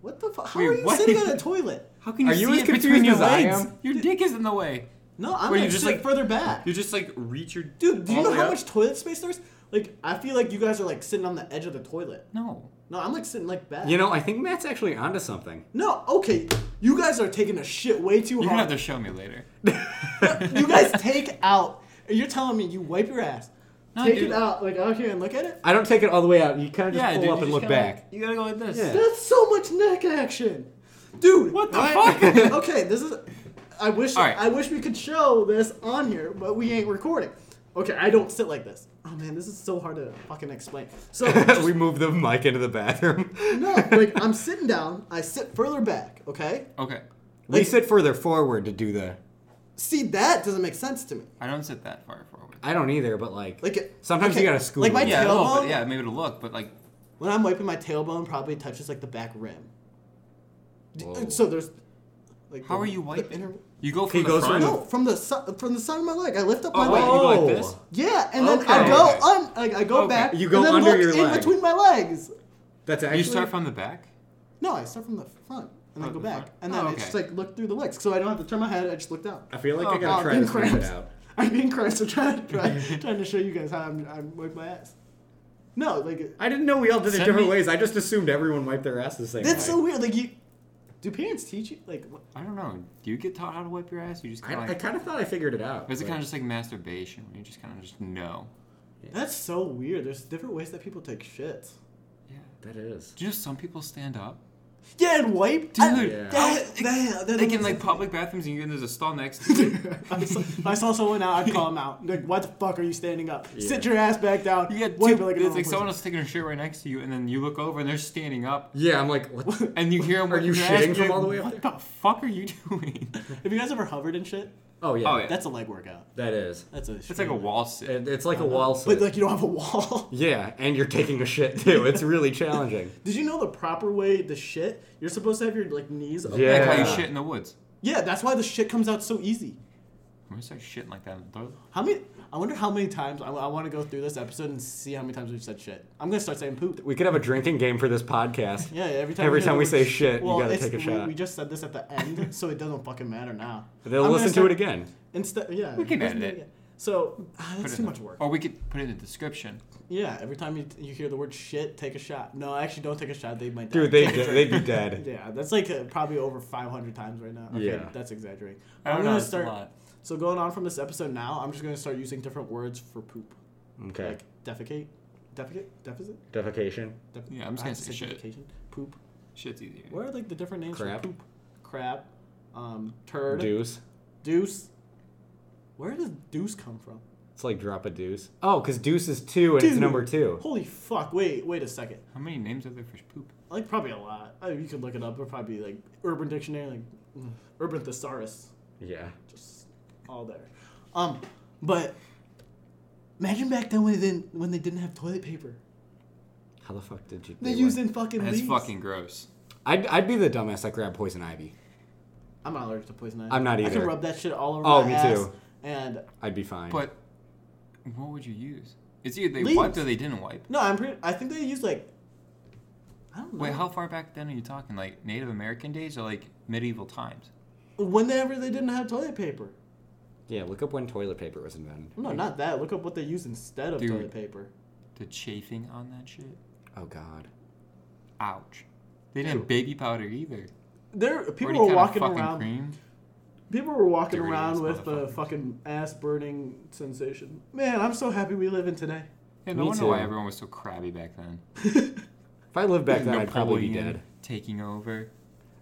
What the fuck? How Wait, are you what? sitting on a toilet? How can you Are you see as it between confused your as I legs? am? Your dick is in the way. No, I'm Wait, like you just, sit like- further back. You just like reach your Dude, do you all the know way how up? much toilet space there's? Like, I feel like you guys are like sitting on the edge of the toilet. No. No, I'm like sitting like back. You know, I think Matt's actually onto something. no, okay, you guys are taking a shit way too You're gonna have hard. to show me later. you guys take out. and You're telling me you wipe your ass, No, take dude. it out like out here and look at it. I don't take it all the way out. You kind of just Yeah, pull dude, up you and just look kinda like- back. you gotta go like this. Yeah. That's so much neck action, dude. What the What? fuck? okay, this is. I wish All right. I wish we could show this on here, but we ain't recording. Okay, I don't sit like this. Oh man, this is so hard to fucking explain. So we move the mic into the bathroom. no, like I'm sitting down. I sit further back. Okay. Okay. we like- sit further forward to do the. See, that doesn't make sense to me. I don't sit that far forward. I don't either, but like. Like it, Sometimes you gotta scoot Like my a Yeah, a little tailbone. bit. Yeah, maybe to look, but like When I'm wiping my tailbone, probably touches like the back rim. D- Whoa. So there's. Like how the- are you the wiping? inner- You go He from the goes front. from No, from the si- from the side of my leg. I lift up my Oh, wait, leg. you go like this? Yeah, and then I Okay. go un, like I go Okay. back. You go and then under look your in leg. between my legs. That's actually. You start from the back. No, I start from the front and then Oh, go the back, front. and then Oh, it's okay. just like look through the legs, so I don't have to turn my head. I just look down. I feel like Oh, I gotta God, try to being squeeze it cramps. out. I'm being cramps. I'm trying, trying, trying to show you guys how I'm I'm wiping my ass. No, like I didn't know we all did it Send different me- ways. I just assumed everyone wiped their ass the same that's so way. weird. Like you, do parents teach you like? what- I don't know. Do you get taught how to wipe your ass? You just kind I, of I like. kind of thought I figured it out. Or is it but- kind of just like masturbation? Where you just kind of just know. That's so weird. There's different ways that people take shits. Yeah. That is. Do you know some people stand up? Yeah, and wipe, Dude, I- Yeah. That, that, that Like doesn't in like make sense. public bathrooms, and you and there's a stall next. to you. I saw- if I saw someone out, I'd call them out. Like, what the fuck are you standing up? Sit Yeah. your ass back down. You get Wipe two, it like a it's normal like person. someone else taking a shit right next to you, and then you look over and they're standing up, Yeah, I'm like, what? the- and you hear them. Are you shitting from all the way up What the fuck are you doing? Have you guys ever hovered and shit? oh, yeah. Oh, yeah. That's a leg workout. That is. That's a. It's like a wall sit. It, it's like Uh-huh. a wall But sit. like you don't have a wall. yeah, and you're taking a shit too. It's really challenging. Did you know the proper way to shit? You're supposed to have your like knees. Up. Yeah. Like how you shit in the woods. Yeah, that's why the shit comes out so easy. I'm gonna start shitting like that in the toilet. How many? I wonder how many times. I, want to go through this episode and see how many times we've said shit. I'm gonna start saying poop. We could have a drinking game for this podcast. Yeah, every time. Every hear the time we word say sh- shit, you gotta it's- take a we- shot. We just said this at the end, so it doesn't fucking matter now. They'll I'm gonna listen start- to it again. Instead, yeah, We can listen edit to it. again. So ah, Put that's it too in much the- work. Or we could put it in the description. Yeah, every time you, you hear the word shit, take a shot. No, actually, don't take a shot. They might die. Dude, they, Take a they'd drink. be dead. Yeah, that's like uh, probably over 500 times right now. Okay, Yeah. that's exaggerating. I I'm don't gonna know. It's start. a lot. So going on from this episode now, I'm just gonna start using different words for poop. Okay. Like defecate, defecate, deficit. Defecation. Def- Yeah, I'm just I gonna have to say shit. defecation. Poop. Shit's easier. What are like the different names Crap. for poop? Crap. Um, turd. Deuce. Deuce. Where does deuce come from? It's like drop a deuce. Oh, because deuce is two and it's Dude. number two. Holy fuck! Wait, wait a second. How many names are there for poop? Like probably a lot. I mean, you could look it up. It'd probably be like Urban Dictionary, like mm, Urban Thesaurus, Yeah. just all there. Um, but imagine back then when they didn't when they didn't have toilet paper. How the fuck did you They they used went- in fucking That's leaves. fucking gross. I'd, I'd be the dumbass that grabbed poison ivy. I'm not allergic to poison ivy. I'm not I can either. rub that shit all over Oh, my me ass. too. And I'd be fine. But what would you use? It's either they Leaves. wiped or they didn't wipe. no, I'm pretty. I think they used like. I don't know. Wait, how far back then are you talking? Like Native American days or like medieval times? Whenever they didn't have toilet paper. yeah, look up when toilet paper was invented. No, not that. Look up what they used instead of Dude. toilet paper. The chafing on that shit. Oh, God. Ouch. They didn't have baby powder either. There, people Any were kind of walking fucking around. Cream. People were walking Dirty around ass with the motherfuckers. fucking ass burning sensation. Man, I'm so happy we live in today. Yeah, no Me wonder why too. everyone was so crabby back then. If I lived back then, I'd Napoleon probably be dead. taking over.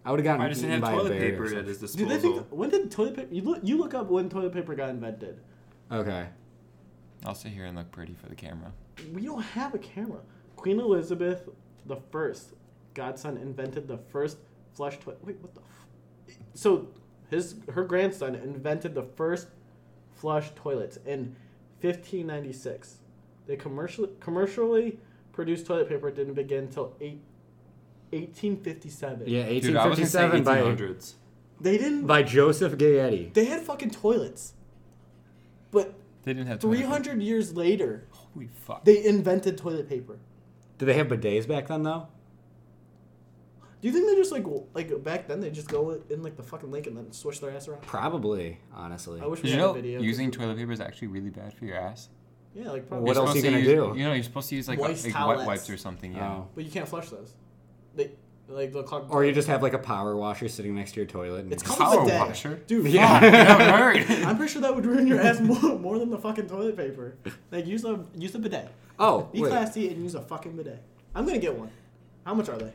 I would have gotten I just eaten didn't have by a toilet bear or paper at something. his Do disposal. they think when did toilet paper? You look, you look up when toilet paper got invented. Okay. I'll sit here and look pretty for the camera. We don't have a camera. Queen Elizabeth the First, godson, invented the first flush toilet. Wait, what the? F- so his her grandson invented the first flush toilets in 1596. They commercially commercially produced toilet paper didn't begin until eight, 1857. Yeah, Dude, I was gonna say 1857 by, 1800s. They didn't. by Joseph Gayetti. They had fucking toilets. But They didn't have toilet Three paper. hundred years later, Holy fuck. they invented toilet paper. Did they have bidets back then though? Do you think they just like w- like back then they just go in like the fucking lake and then swish their ass around? Probably, honestly. I wish we Did you had a know video. using toilet paper is actually really bad for your ass? yeah, like probably. What You're else are you supposed to gonna use- do? You know, you're supposed to use like, a, Moist like wet towelettes. wipes or something. Yeah. Oh. But you can't flush those. They like they'll clog. Or you just have like a power washer sitting next to your toilet. And it's just- called a Power bidet. washer? dude. Yeah. fuck. Get out and hurry. I'm pretty sure that would ruin your ass more, more than the fucking toilet paper. Like use a use a bidet. oh, E Be wait. classy and use a fucking bidet. I'm gonna get one. How much are they?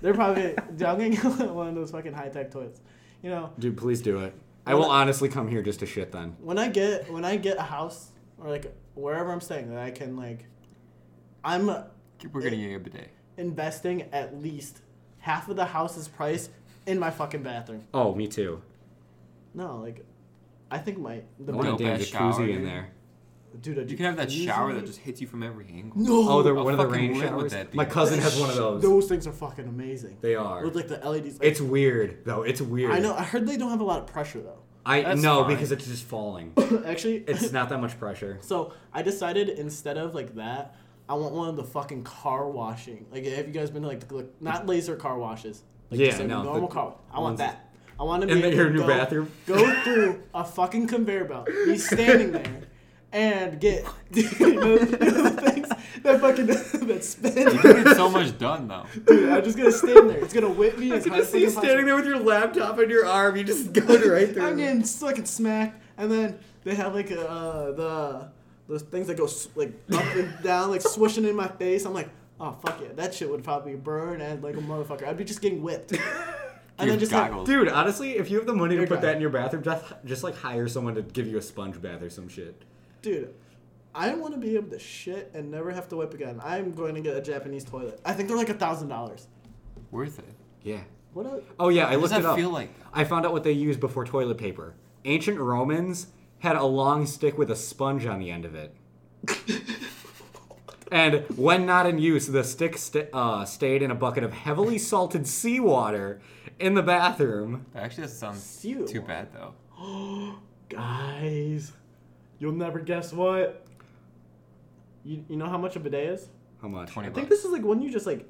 They're probably. dude, I'm gonna get one of those fucking high tech toilets. You know, dude, please do it. I will honestly come here just to shit then. when I get when I get a house or like wherever I'm staying that I can like, I'm We're gonna get you a bidet. investing at least half of the house's price in my fucking bathroom. Oh, me too. No, like, I think my the I Wow. want a Dope damn ass jacuzzi shower, in dude. there. dude. a You can have that shower that jacuzzi- just hits you from every angle. no. Oh, they're How one of the fucking rain lit would showers. that be? My cousin has one of those. Those things are fucking amazing. They are. With like the LEDs. It's weird though. It's weird. I know. I heard they don't have a lot of pressure though. I That's no fine. because it's just falling. Actually, It's not that much pressure. so I decided instead of like that, I want one of the fucking car washing. Like, have you guys been to like, the, like not laser car washes? Like, Yeah, just a no, the normal car. I want ones- that. I want to In be able your to new go, bathroom? Go through a fucking conveyor belt. Be standing there. And get you know, you know the things that fucking that You spin. get so much done though. Dude, I'm just gonna stand there. It's gonna whip me. I can just see you standing there with your laptop and your arm. You just go right through. I'm getting fucking smacked, and then they have like uh, the those things that go s- like up and down, like swishing in my face. I'm like, oh fuck yeah, that shit would probably burn and like a motherfucker. I'd be just getting whipped, and then Your just like, goggles. Dude, honestly, if you have the money to You're put done. that in your bathroom, just, just like hire someone to give you a sponge bath or some shit. dude, I want to be able to shit and never have to wipe again. I'm going to get a Japanese toilet. I think they're like a thousand dollars. Worth it. Yeah. What? A, Oh yeah, I What does looked that it up. feel like? I found out what they used before toilet paper. Ancient Romans had a long stick with a sponge on the end of it. and when not in use, the stick st- uh, stayed in a bucket of heavily salted seawater in the bathroom. That actually doesn't sound Sewer. too bad though. guys, you'll never guess what. You, you know how much a bidet is? How much? Twenty I think bucks. this is like one you just like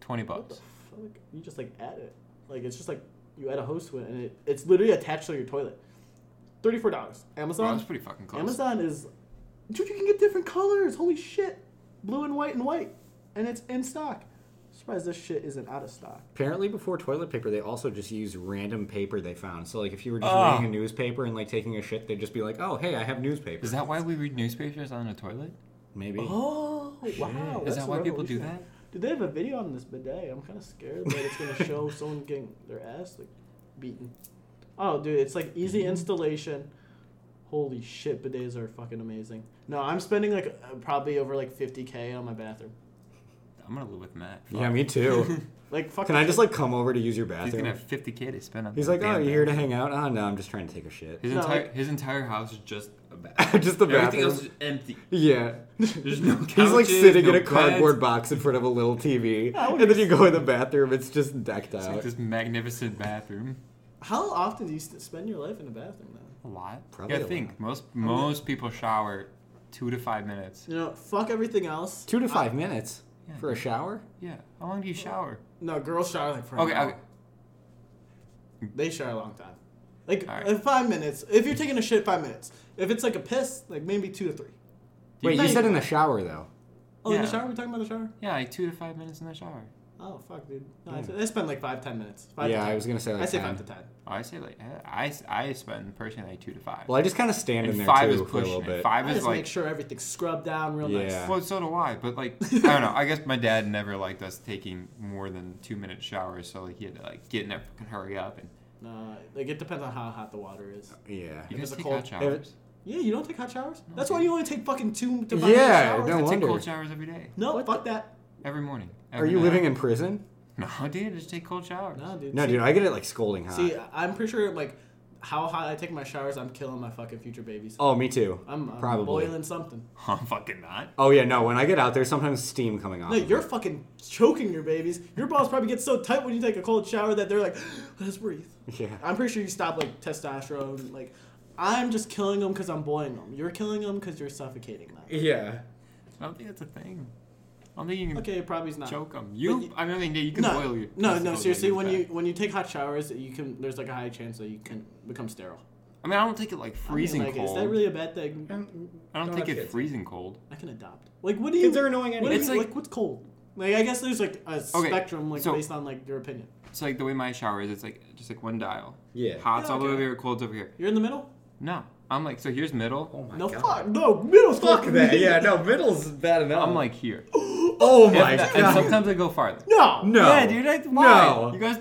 Twenty What the bucks. fuck? You just like add it. Like it's just like you add a hose to it, and it, it's literally attached to your toilet. Thirty-four dollars. Well, that's Amazon. pretty fucking close. Amazon is, dude. You can get different colors. Holy shit! Blue and white and white, and it's in stock. Surprised this shit isn't out of stock. Apparently, before toilet paper, they also just used random paper they found. So, like, if you were just Ah. reading a newspaper and like taking a shit, they'd just be like, "Oh, hey, I have newspaper." Is that why we read newspapers on the toilet? Maybe. Oh wow! Is that's that why people do that? revolutionary. Dude, they have a video on this bidet. I'm kind of scared that it's gonna show someone getting their ass like beaten. Oh, dude, it's like easy Mm-hmm. installation. Holy shit, bidets are fucking amazing. No, I'm spending like uh, probably over like 50k on my bathroom. I'm gonna live with Matt. Yeah, me too. Like fuck. Can I just like come over to use your bathroom? He's gonna have 50k to spend on. He's that like, damn oh, you here to bathroom." hang out? Oh, no, I'm just trying to take a shit. His No, entire like- his entire house is just a bathroom. Just the Everything else is bathroom. empty. Yeah. There's no couches, He's like sitting no in a cardboard beds. box in front of a little TV. I would and then you go in the bathroom, it's just decked It's out. like this magnificent bathroom. How often do you st- spend your life in a Oh, bathroom though? A lot. Probably yeah, a think most most people shower two to five minutes. You know, fuck everything else. Two to five minutes Yeah. for a shower? Yeah. How long do you shower? No, girls shower like for an Okay. hour. okay. They shower a long time. Like All right. uh, five minutes. If you're taking a shit, five minutes. If it's like a piss, like maybe two to three. Wait, you think- said in the shower, though. Oh, in the Yeah. shower? We're talking about the shower? Yeah, like two to five minutes in the shower. Oh, fuck, dude. No, I- I, spend like five, ten minutes. Five yeah, to I 10. was going to say like I say 10. five to ten. Oh, I say like I, I spend personally like two to five. Well, I just kind of stand in and there five too is for a little pushing bit. it. I, Five is just like make sure everything's scrubbed down real Yeah. nice. Well, so do I, but like I don't know. I guess my dad never liked us taking more than two minute showers, so like he had to like get in there fucking hurry up and Uh, like it depends on how hot the water is. Yeah. you If it's guys a take cold- hot showers. Yeah, you don't take hot showers. That's why you only take fucking two to five minute Yeah, showers. no I take wonder. cold showers every day, No, fuck that. every morning. Are you living in prison? in? No, dude, just take cold showers. No, dude. No, see, dude, I get it like scolding hot. See, I'm pretty sure like how hot I take my showers, I'm killing my fucking future babies. oh, me too. I'm, I'm Probably. boiling something. I'm fucking not. Oh, yeah, no, when I get out there, sometimes steam coming off. No, of you're it. fucking choking your babies. Your balls probably get so tight when you take a cold shower that they're like, let's breathe. Yeah. I'm pretty sure you stop like testosterone. Like, I'm just killing them because I'm boiling them. You're killing them because you're suffocating them. Yeah. I don't think that's a thing. I don't think you can Okay, it probably is not. choke them. You, you- I mean, yeah, you can No, boil your. no, that's no. okay, Seriously, it's when bad. you when you take hot showers, you can. There's like a high chance that you can become sterile. I mean, I don't think it like I mean, freezing like, cold. Is that really a bad thing? I don't, Don't think have it's kids. freezing cold. I can adopt. Like, what do you? Kids are what annoying do anyway. you- It's like, like- what's cold? Like, I guess there's like a spectrum, like so- based on like your opinion. It's like the way my shower is. It's like just like one dial. Yeah. Hot's Yeah, all okay. over here, cold's over here. You're in the middle. No, I'm like so. Here's middle. Oh my No god. fuck. No middle. Fuck that. Yeah, no, middle's bad enough. I'm like here. oh my and, and god. sometimes I go farther. No. No. Yeah, dude. Like, why? No. You guys.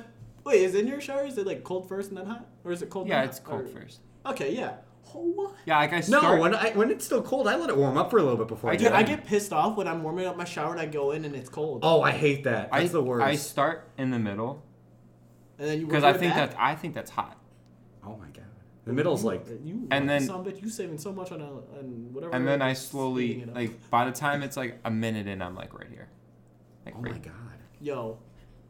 Wait, is in your shower? Is it like cold first and then hot, or is it cold? Yeah, then it's hot? Or- cold first. Okay, yeah. Oh, what? Yeah, like I no, start. when I when it's still cold, I let it warm up for a little bit before I, Dude, get. I in. get pissed off when I'm warming up my shower and I go in and it's cold, Oh, I hate that. I, That's the worst. I start in the middle and then you because revert I think back? that I think that's hot. oh my god. The middle's like you and then- some bitch, you saving so much on a, on whatever. And then I is speeding slowly it up. like by the time it's like a minute in, I'm like right here. Like Oh right my god. yo,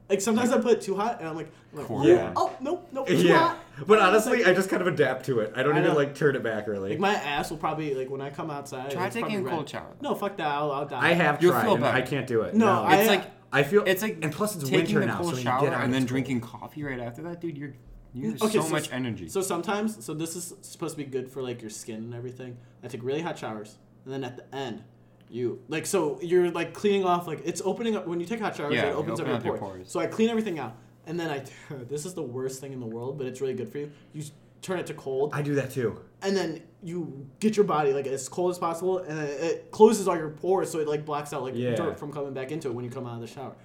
like sometimes I put it too hot and I'm like, I'm like Cool. oh, Yeah. oh nope, nope, too Yeah. hot. But honestly, I just kind of adapt to it. I don't I even know. like turn it back really. like my ass will probably like when I come outside. Try it's probably taking a red. cold shower. No, fuck that, I'll, I'll die. I have You'll tried. feel and better. I can't do it. No, I- It's like I feel it's like and plus it's taking winter the now, so cold you shower get out, and it's then cold. drinking coffee right after that, dude. You're you have Okay, so, so- much energy. So sometimes, so this is supposed to be good for like your skin and everything. I take really hot showers, and then at the end, you like so you're like cleaning off like it's opening up when you take hot showers. Yeah, it you opens open up your, pores. So I clean everything out, and then I this is the worst thing in the world, but it's really good for you. You s- turn it to cold, I do that too. and then you get your body like as cold as possible, and then it closes all your pores, so it like blocks out like Yeah. dirt from coming back into it when you come out of the shower.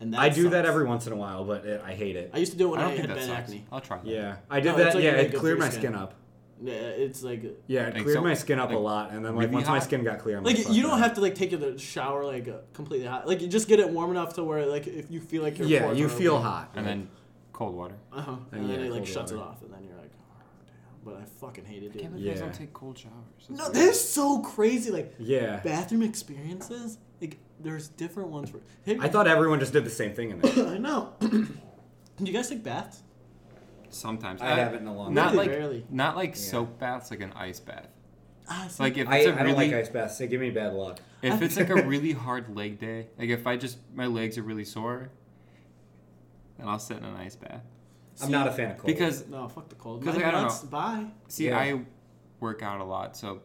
And that I do that sucks. every once in a while, but it, I hate it. I used to do it when I I, don't had think that bad sucks. acne. I'll try that. Yeah, I did No, it's that. like yeah, really it good for cleared your my skin. skin up. Yeah, It's like Yeah, it Like, cleared so- my skin up a like, lot, and then maybe like once my hot. skin got clear, I'm Like like you don't have to like take your shower like uh, completely hot. Like you just get it warm enough to where like if you feel like your Yeah, pores you are feel open, hot, And then cold water. uh huh, and Yeah, then it like cold shuts it water. off, and then you're like, oh, damn. But I fucking hated I can't it. believe guys Yeah. don't take cold showers. That's No, weird. that's so crazy. Like yeah. bathroom experiences, like there's different ones for. Hey, I thought everyone just did the same thing in there. I know. Do you guys take baths? sometimes I haven't in a long Not Really? like Barely. not like Yeah. soap baths, like an ice bath. Ah, see, Like if I, it's a I don't really like ice baths. They give me bad luck. if it's like a really hard leg day, like if I just my legs are really sore, then I'll sit in an ice bath I'm not a fan of cold. because no, fuck the cold. My 'Cause, like, I don't nuts, Bye. see Yeah. I work out a lot, so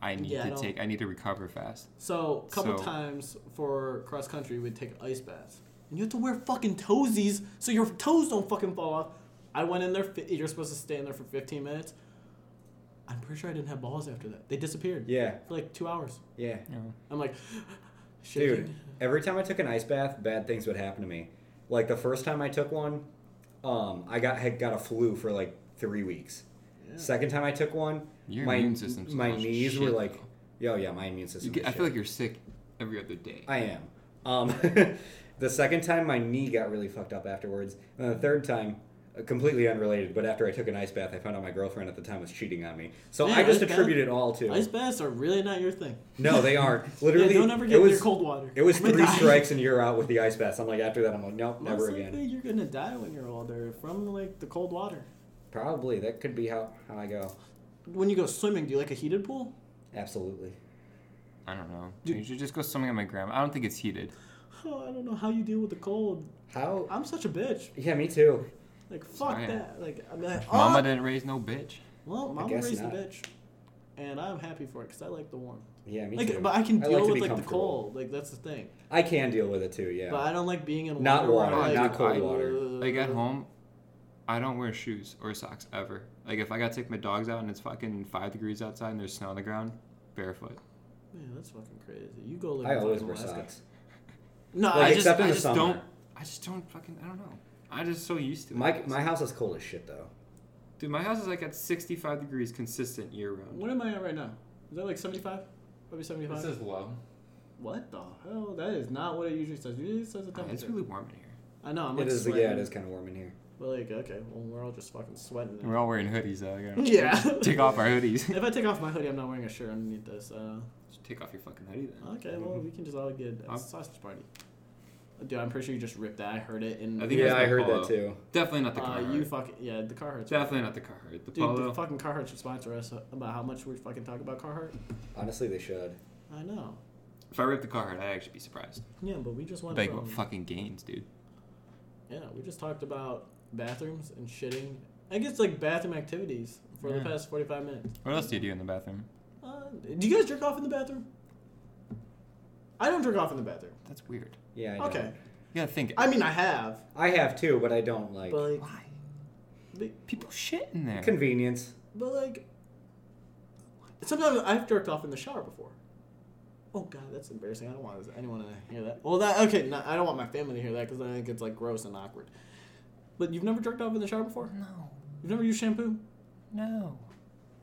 I need Yeah, I to don't- take I need to recover fast. So a couple So- times for cross country, we'd take ice baths, and you have to wear fucking toesies so your toes don't fucking fall off. I went in there. fi- You're supposed to stay in there for 15 minutes. I'm pretty sure I didn't have balls after that. They disappeared yeah, for like two hours. yeah, You know? I'm like, shaking. dude. Every time I took an ice bath, bad things would happen to me. Like the first time I took one, um, I got had got a flu for like three weeks. Yeah. Second time I took one, Your my immune system's my a bunch of knees shit, were like, though. yo, yeah, my immune You system. get, was I feel shit. like you're sick every other day. I am. Um, the second time, my knee got really fucked up afterwards. And the third time, uh, completely unrelated, but after I took an ice bath, I found out my girlfriend at the time was cheating on me. So Yeah, I just ice bath- attribute it all to. Ice baths are really not your thing. No, they aren't. Yeah, Literally, don't ever it get was near cold water. it was You might three die. strikes and you're out with the ice baths. I'm like after that, I'm like nope, Most never likely again. you're gonna die when you're older from like the cold water. Probably that could be how how I go. When you go swimming, do you like a heated pool? Absolutely. I don't know. Dude. You should just go swimming at my grandma. I don't think it's heated. Oh, I don't know how you deal with the cold. How? I'm such a bitch. Yeah, me too. Like fuck Sorry. that. Like I'm like, oh, Mama didn't raise no bitch. Well, mama guess raised a not. bitch, and I'm happy for it because I like the warm. Yeah, me too. Like, but I can I deal like to be with like the comfortable. cold. Like that's the thing. I can deal with it too. Yeah. But I don't like being in water. Not where I, water, like, not cold uh, water. Like at home, I don't wear shoes or socks ever. Like if I gotta take my dogs out and it's fucking five degrees outside and there's snow on the ground, barefoot. Man, that's fucking crazy. You go live. I in always fucking wear Alaska. socks. No, Like, I I, just, except in I the just summer. don't. I just don't fucking. I don't know. I just so used to it. My my house is cold as shit though. Dude, my house is like at 65 degrees consistent year round. what am I at right now? Is that like 75? Probably 75. is low. what the hell? That is not what it usually says. It usually says the temperature. It's really warm in here. I know. I'm like It is sweating. yeah, it is kind of warm in here. But like, okay, well, we're all just fucking sweating. We're all wearing hoodies though. you know. yeah. Take off our hoodies. if I take off my hoodie, I'm not wearing a shirt underneath this. Uh, Just Take off your fucking hoodie then. Okay, well, we can just all get a I'm- sausage party. Dude, I'm pretty sure you just ripped that. I heard it in. I think it was Yeah, I the heard polo. that too. Definitely not the uh, car. you fucking yeah, the Carhartts. Definitely not the Carhartt. The Dude, Polo. the fucking Carhartt should sponsor us about how much we fucking talk about Carhartt. Honestly, they should. I know. if I ripped the Carhartt, I'd actually be surprised. Yeah, but we just went Like, from what fucking gains, dude? yeah, we just talked about bathrooms and shitting. I guess like bathroom activities for the Yeah. past 45 minutes. What else do you do in the bathroom? Uh, do you guys jerk off in the bathroom? I don't jerk off in the bathroom. That's weird. Yeah. I know. Okay, You gotta think. I mean I have, I have too, but I don't like but like, why? They- People shit in there. convenience. but like, sometimes I've jerked off in the shower before. Oh god, that's embarrassing. I don't want anyone to hear that. Well, that okay. No, I don't want my family to hear that because I think it's like gross and awkward. But you've never jerked off in the shower before? no, You've never used shampoo? no.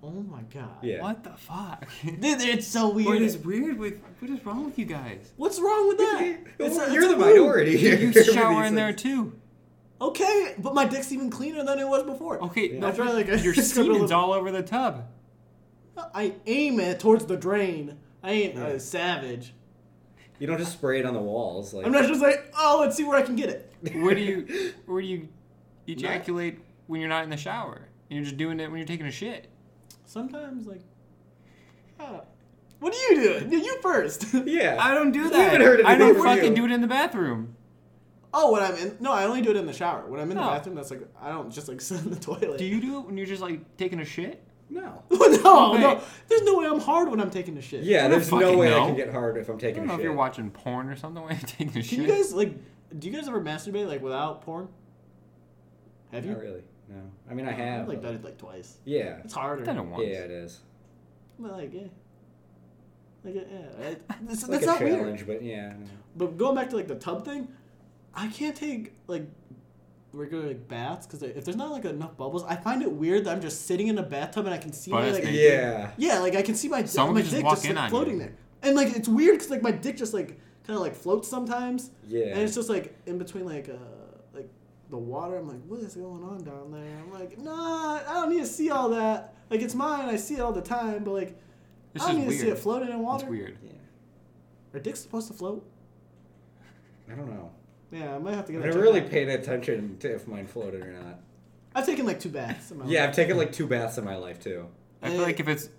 Oh my god. Yeah. What the fuck? Dude, it's so weird. what is weird with? What is wrong with you guys? What's wrong with that? It's a- You're it's a the mood. minority here. You used to shower in there too. Okay, but my dick's even cleaner than it was before. Okay, I try, no, like, I your just gotta semen's look- all over the tub. I aim it towards the drain. I ain't uh, savage. You don't just spray it on the walls. Like I'm not just like, oh, let's see where I can get it. Where do you where do you ejaculate when you're not in the shower? And you're just doing it when you're taking a shit. Sometimes, like, ah, what are you doing? You- You first. Yeah. I don't do We that. haven't heard I anything don't from you. fucking do it in the bathroom. oh, when I'm in, no, I only do it in the shower. When Oh. I'm in the No. bathroom, that's like, I don't just like sit in the toilet. Do you do it when you're just like taking a shit? No. no, Okay. no. There's no way I'm hard when I'm taking a shit. Yeah, don't there's no fucking way I know. can get hard if I'm I don't taking know a if shit. you're watching porn or something when you're taking a shit. Can you guys like? Do you guys ever masturbate like without porn? Have you? Not really. No. I mean, I have. I've like but- done it like twice. Yeah. It's harder. I've done it once. Yeah, it is. But like yeah, like yeah, yeah. I- That's, It's that's like not a weird. challenge, but yeah. no. But going back to like the tub thing, I can't take like regular like baths because if there's not like enough bubbles, I find it weird that I'm just sitting in a bathtub and I can see Butt my is like naked. Yeah. yeah, like I can see my Someone my could just dick walk just in like, on floating you. there, and like it's weird because like my dick just like kind of like floats sometimes. And Yeah. it's just like in between like uh like the water. I'm like, what is going on down there? I'm like, nah, I don't need to see all that. Like it's mine. I see it all the time. But like, This I don't is need weird. to see it floating in It's water. weird. Yeah. Are dicks supposed to float? I don't know. Yeah, I might have to I get. that never checked really out. paid attention to if mine floated or not. I've taken like two baths. in my Yeah, life. I've taken like two baths in my life too. I feel Uh, like if it's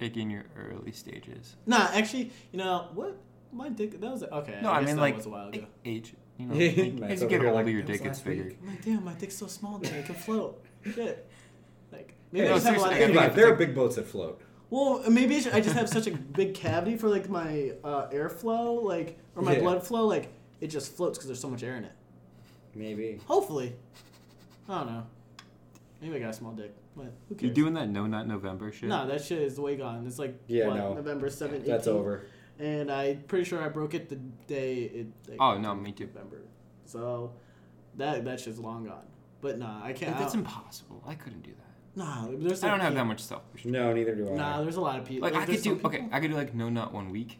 like in your early stages. Nah, actually, you know what? My dick. That was okay. No, I, I, guess mean that like was a while ago. like age. You know, Yeah, like, Matt's as you over get here older, like, your "That was dick gets last week." bigger. I'm like, damn, my dick's so small that it can float. Shit. Like maybe I Hey, no, just have a lot of seriously, I think Think about if it. it's There are a- big boats that float. Well, uh, maybe I, should, I just have such a big cavity for like my uh, airflow, like or my Yeah. blood flow, like it just floats because there's so much air in it. Maybe. Hopefully, I don't know. Maybe I got a small dick, but who cares? You doing that no not November shit? Nah, that shit is way gone. It's like Yeah, what, no. November seventh. That's over. And I'm pretty sure I broke it the day it. Like, Oh, no, me too. November. So that that shit's long gone. But nah, I can't. Like, I that's don't- impossible. I couldn't do that. nah, there's. I like don't have pe- that much self. control No, neither do I. Nah, there's a lot of people. Like I there's could some do people- okay. I could do like no nut one week.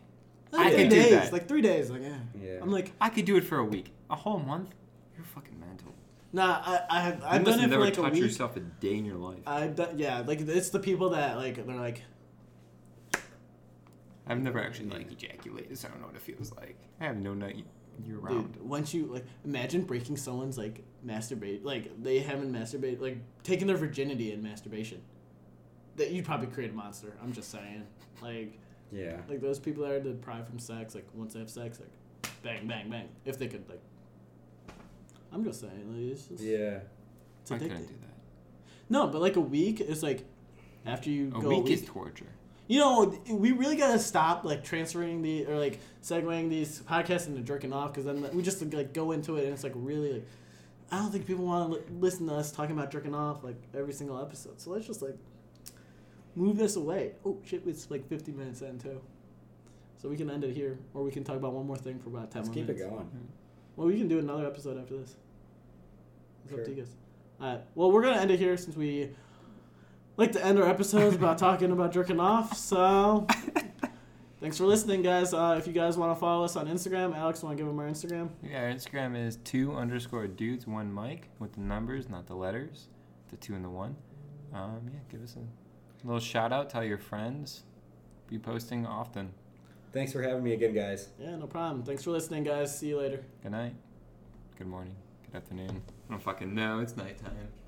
Like, I three could do days, that. Like three days. Like yeah. Yeah. I'm like. I could do it for a week. A whole month? You're fucking mental. Nah, I, I have, you I've done must it for never like a touch week. Uh, yourself a day in your life. I've done, yeah, like it's the people that like they're like, I've never actually like ejaculated, so I don't know what it feels like. I have no nut year round. dude, once you like imagine breaking someone's like masturbate, like they haven't masturbated, like taking their virginity in masturbation, that you'd probably create a monster. I'm just saying, like Yeah. like those people that are deprived from sex, like once they have sex, like bang bang bang, if they could like. I'm just saying, like, it's just Yeah. it's I addicting. couldn't do that. No, but like a week is like after you A go week, a week is torture. You know, we really gotta stop like transferring the or like segueing these podcasts into jerking off because then we just like go into it and it's like really like I don't think people want to li- listen to us talking about jerking off like every single episode. So let's just like move this away. Oh shit, it's like 50 minutes in too, so we can end it here or we can talk about one more thing for about 10 Let's more keep it minutes. going. Well, we can do another episode after this. It's up Sure. to you guys. All right. Well, we're gonna end it here since we like to end our episodes about talking about jerking off. So, thanks for listening, guys. Uh, if you guys want to follow us on Instagram, Alex, want to give them our Instagram? Yeah, our Instagram is two underscore dudes one mic with the numbers, not the letters, the two and the one. Um, yeah, give us a little shout out. Tell your friends. Be posting often. Thanks for having me again, guys. Yeah, no problem. Thanks for listening, guys. See you later. Good night. Good morning. Good afternoon. I don't fucking know. It's nighttime.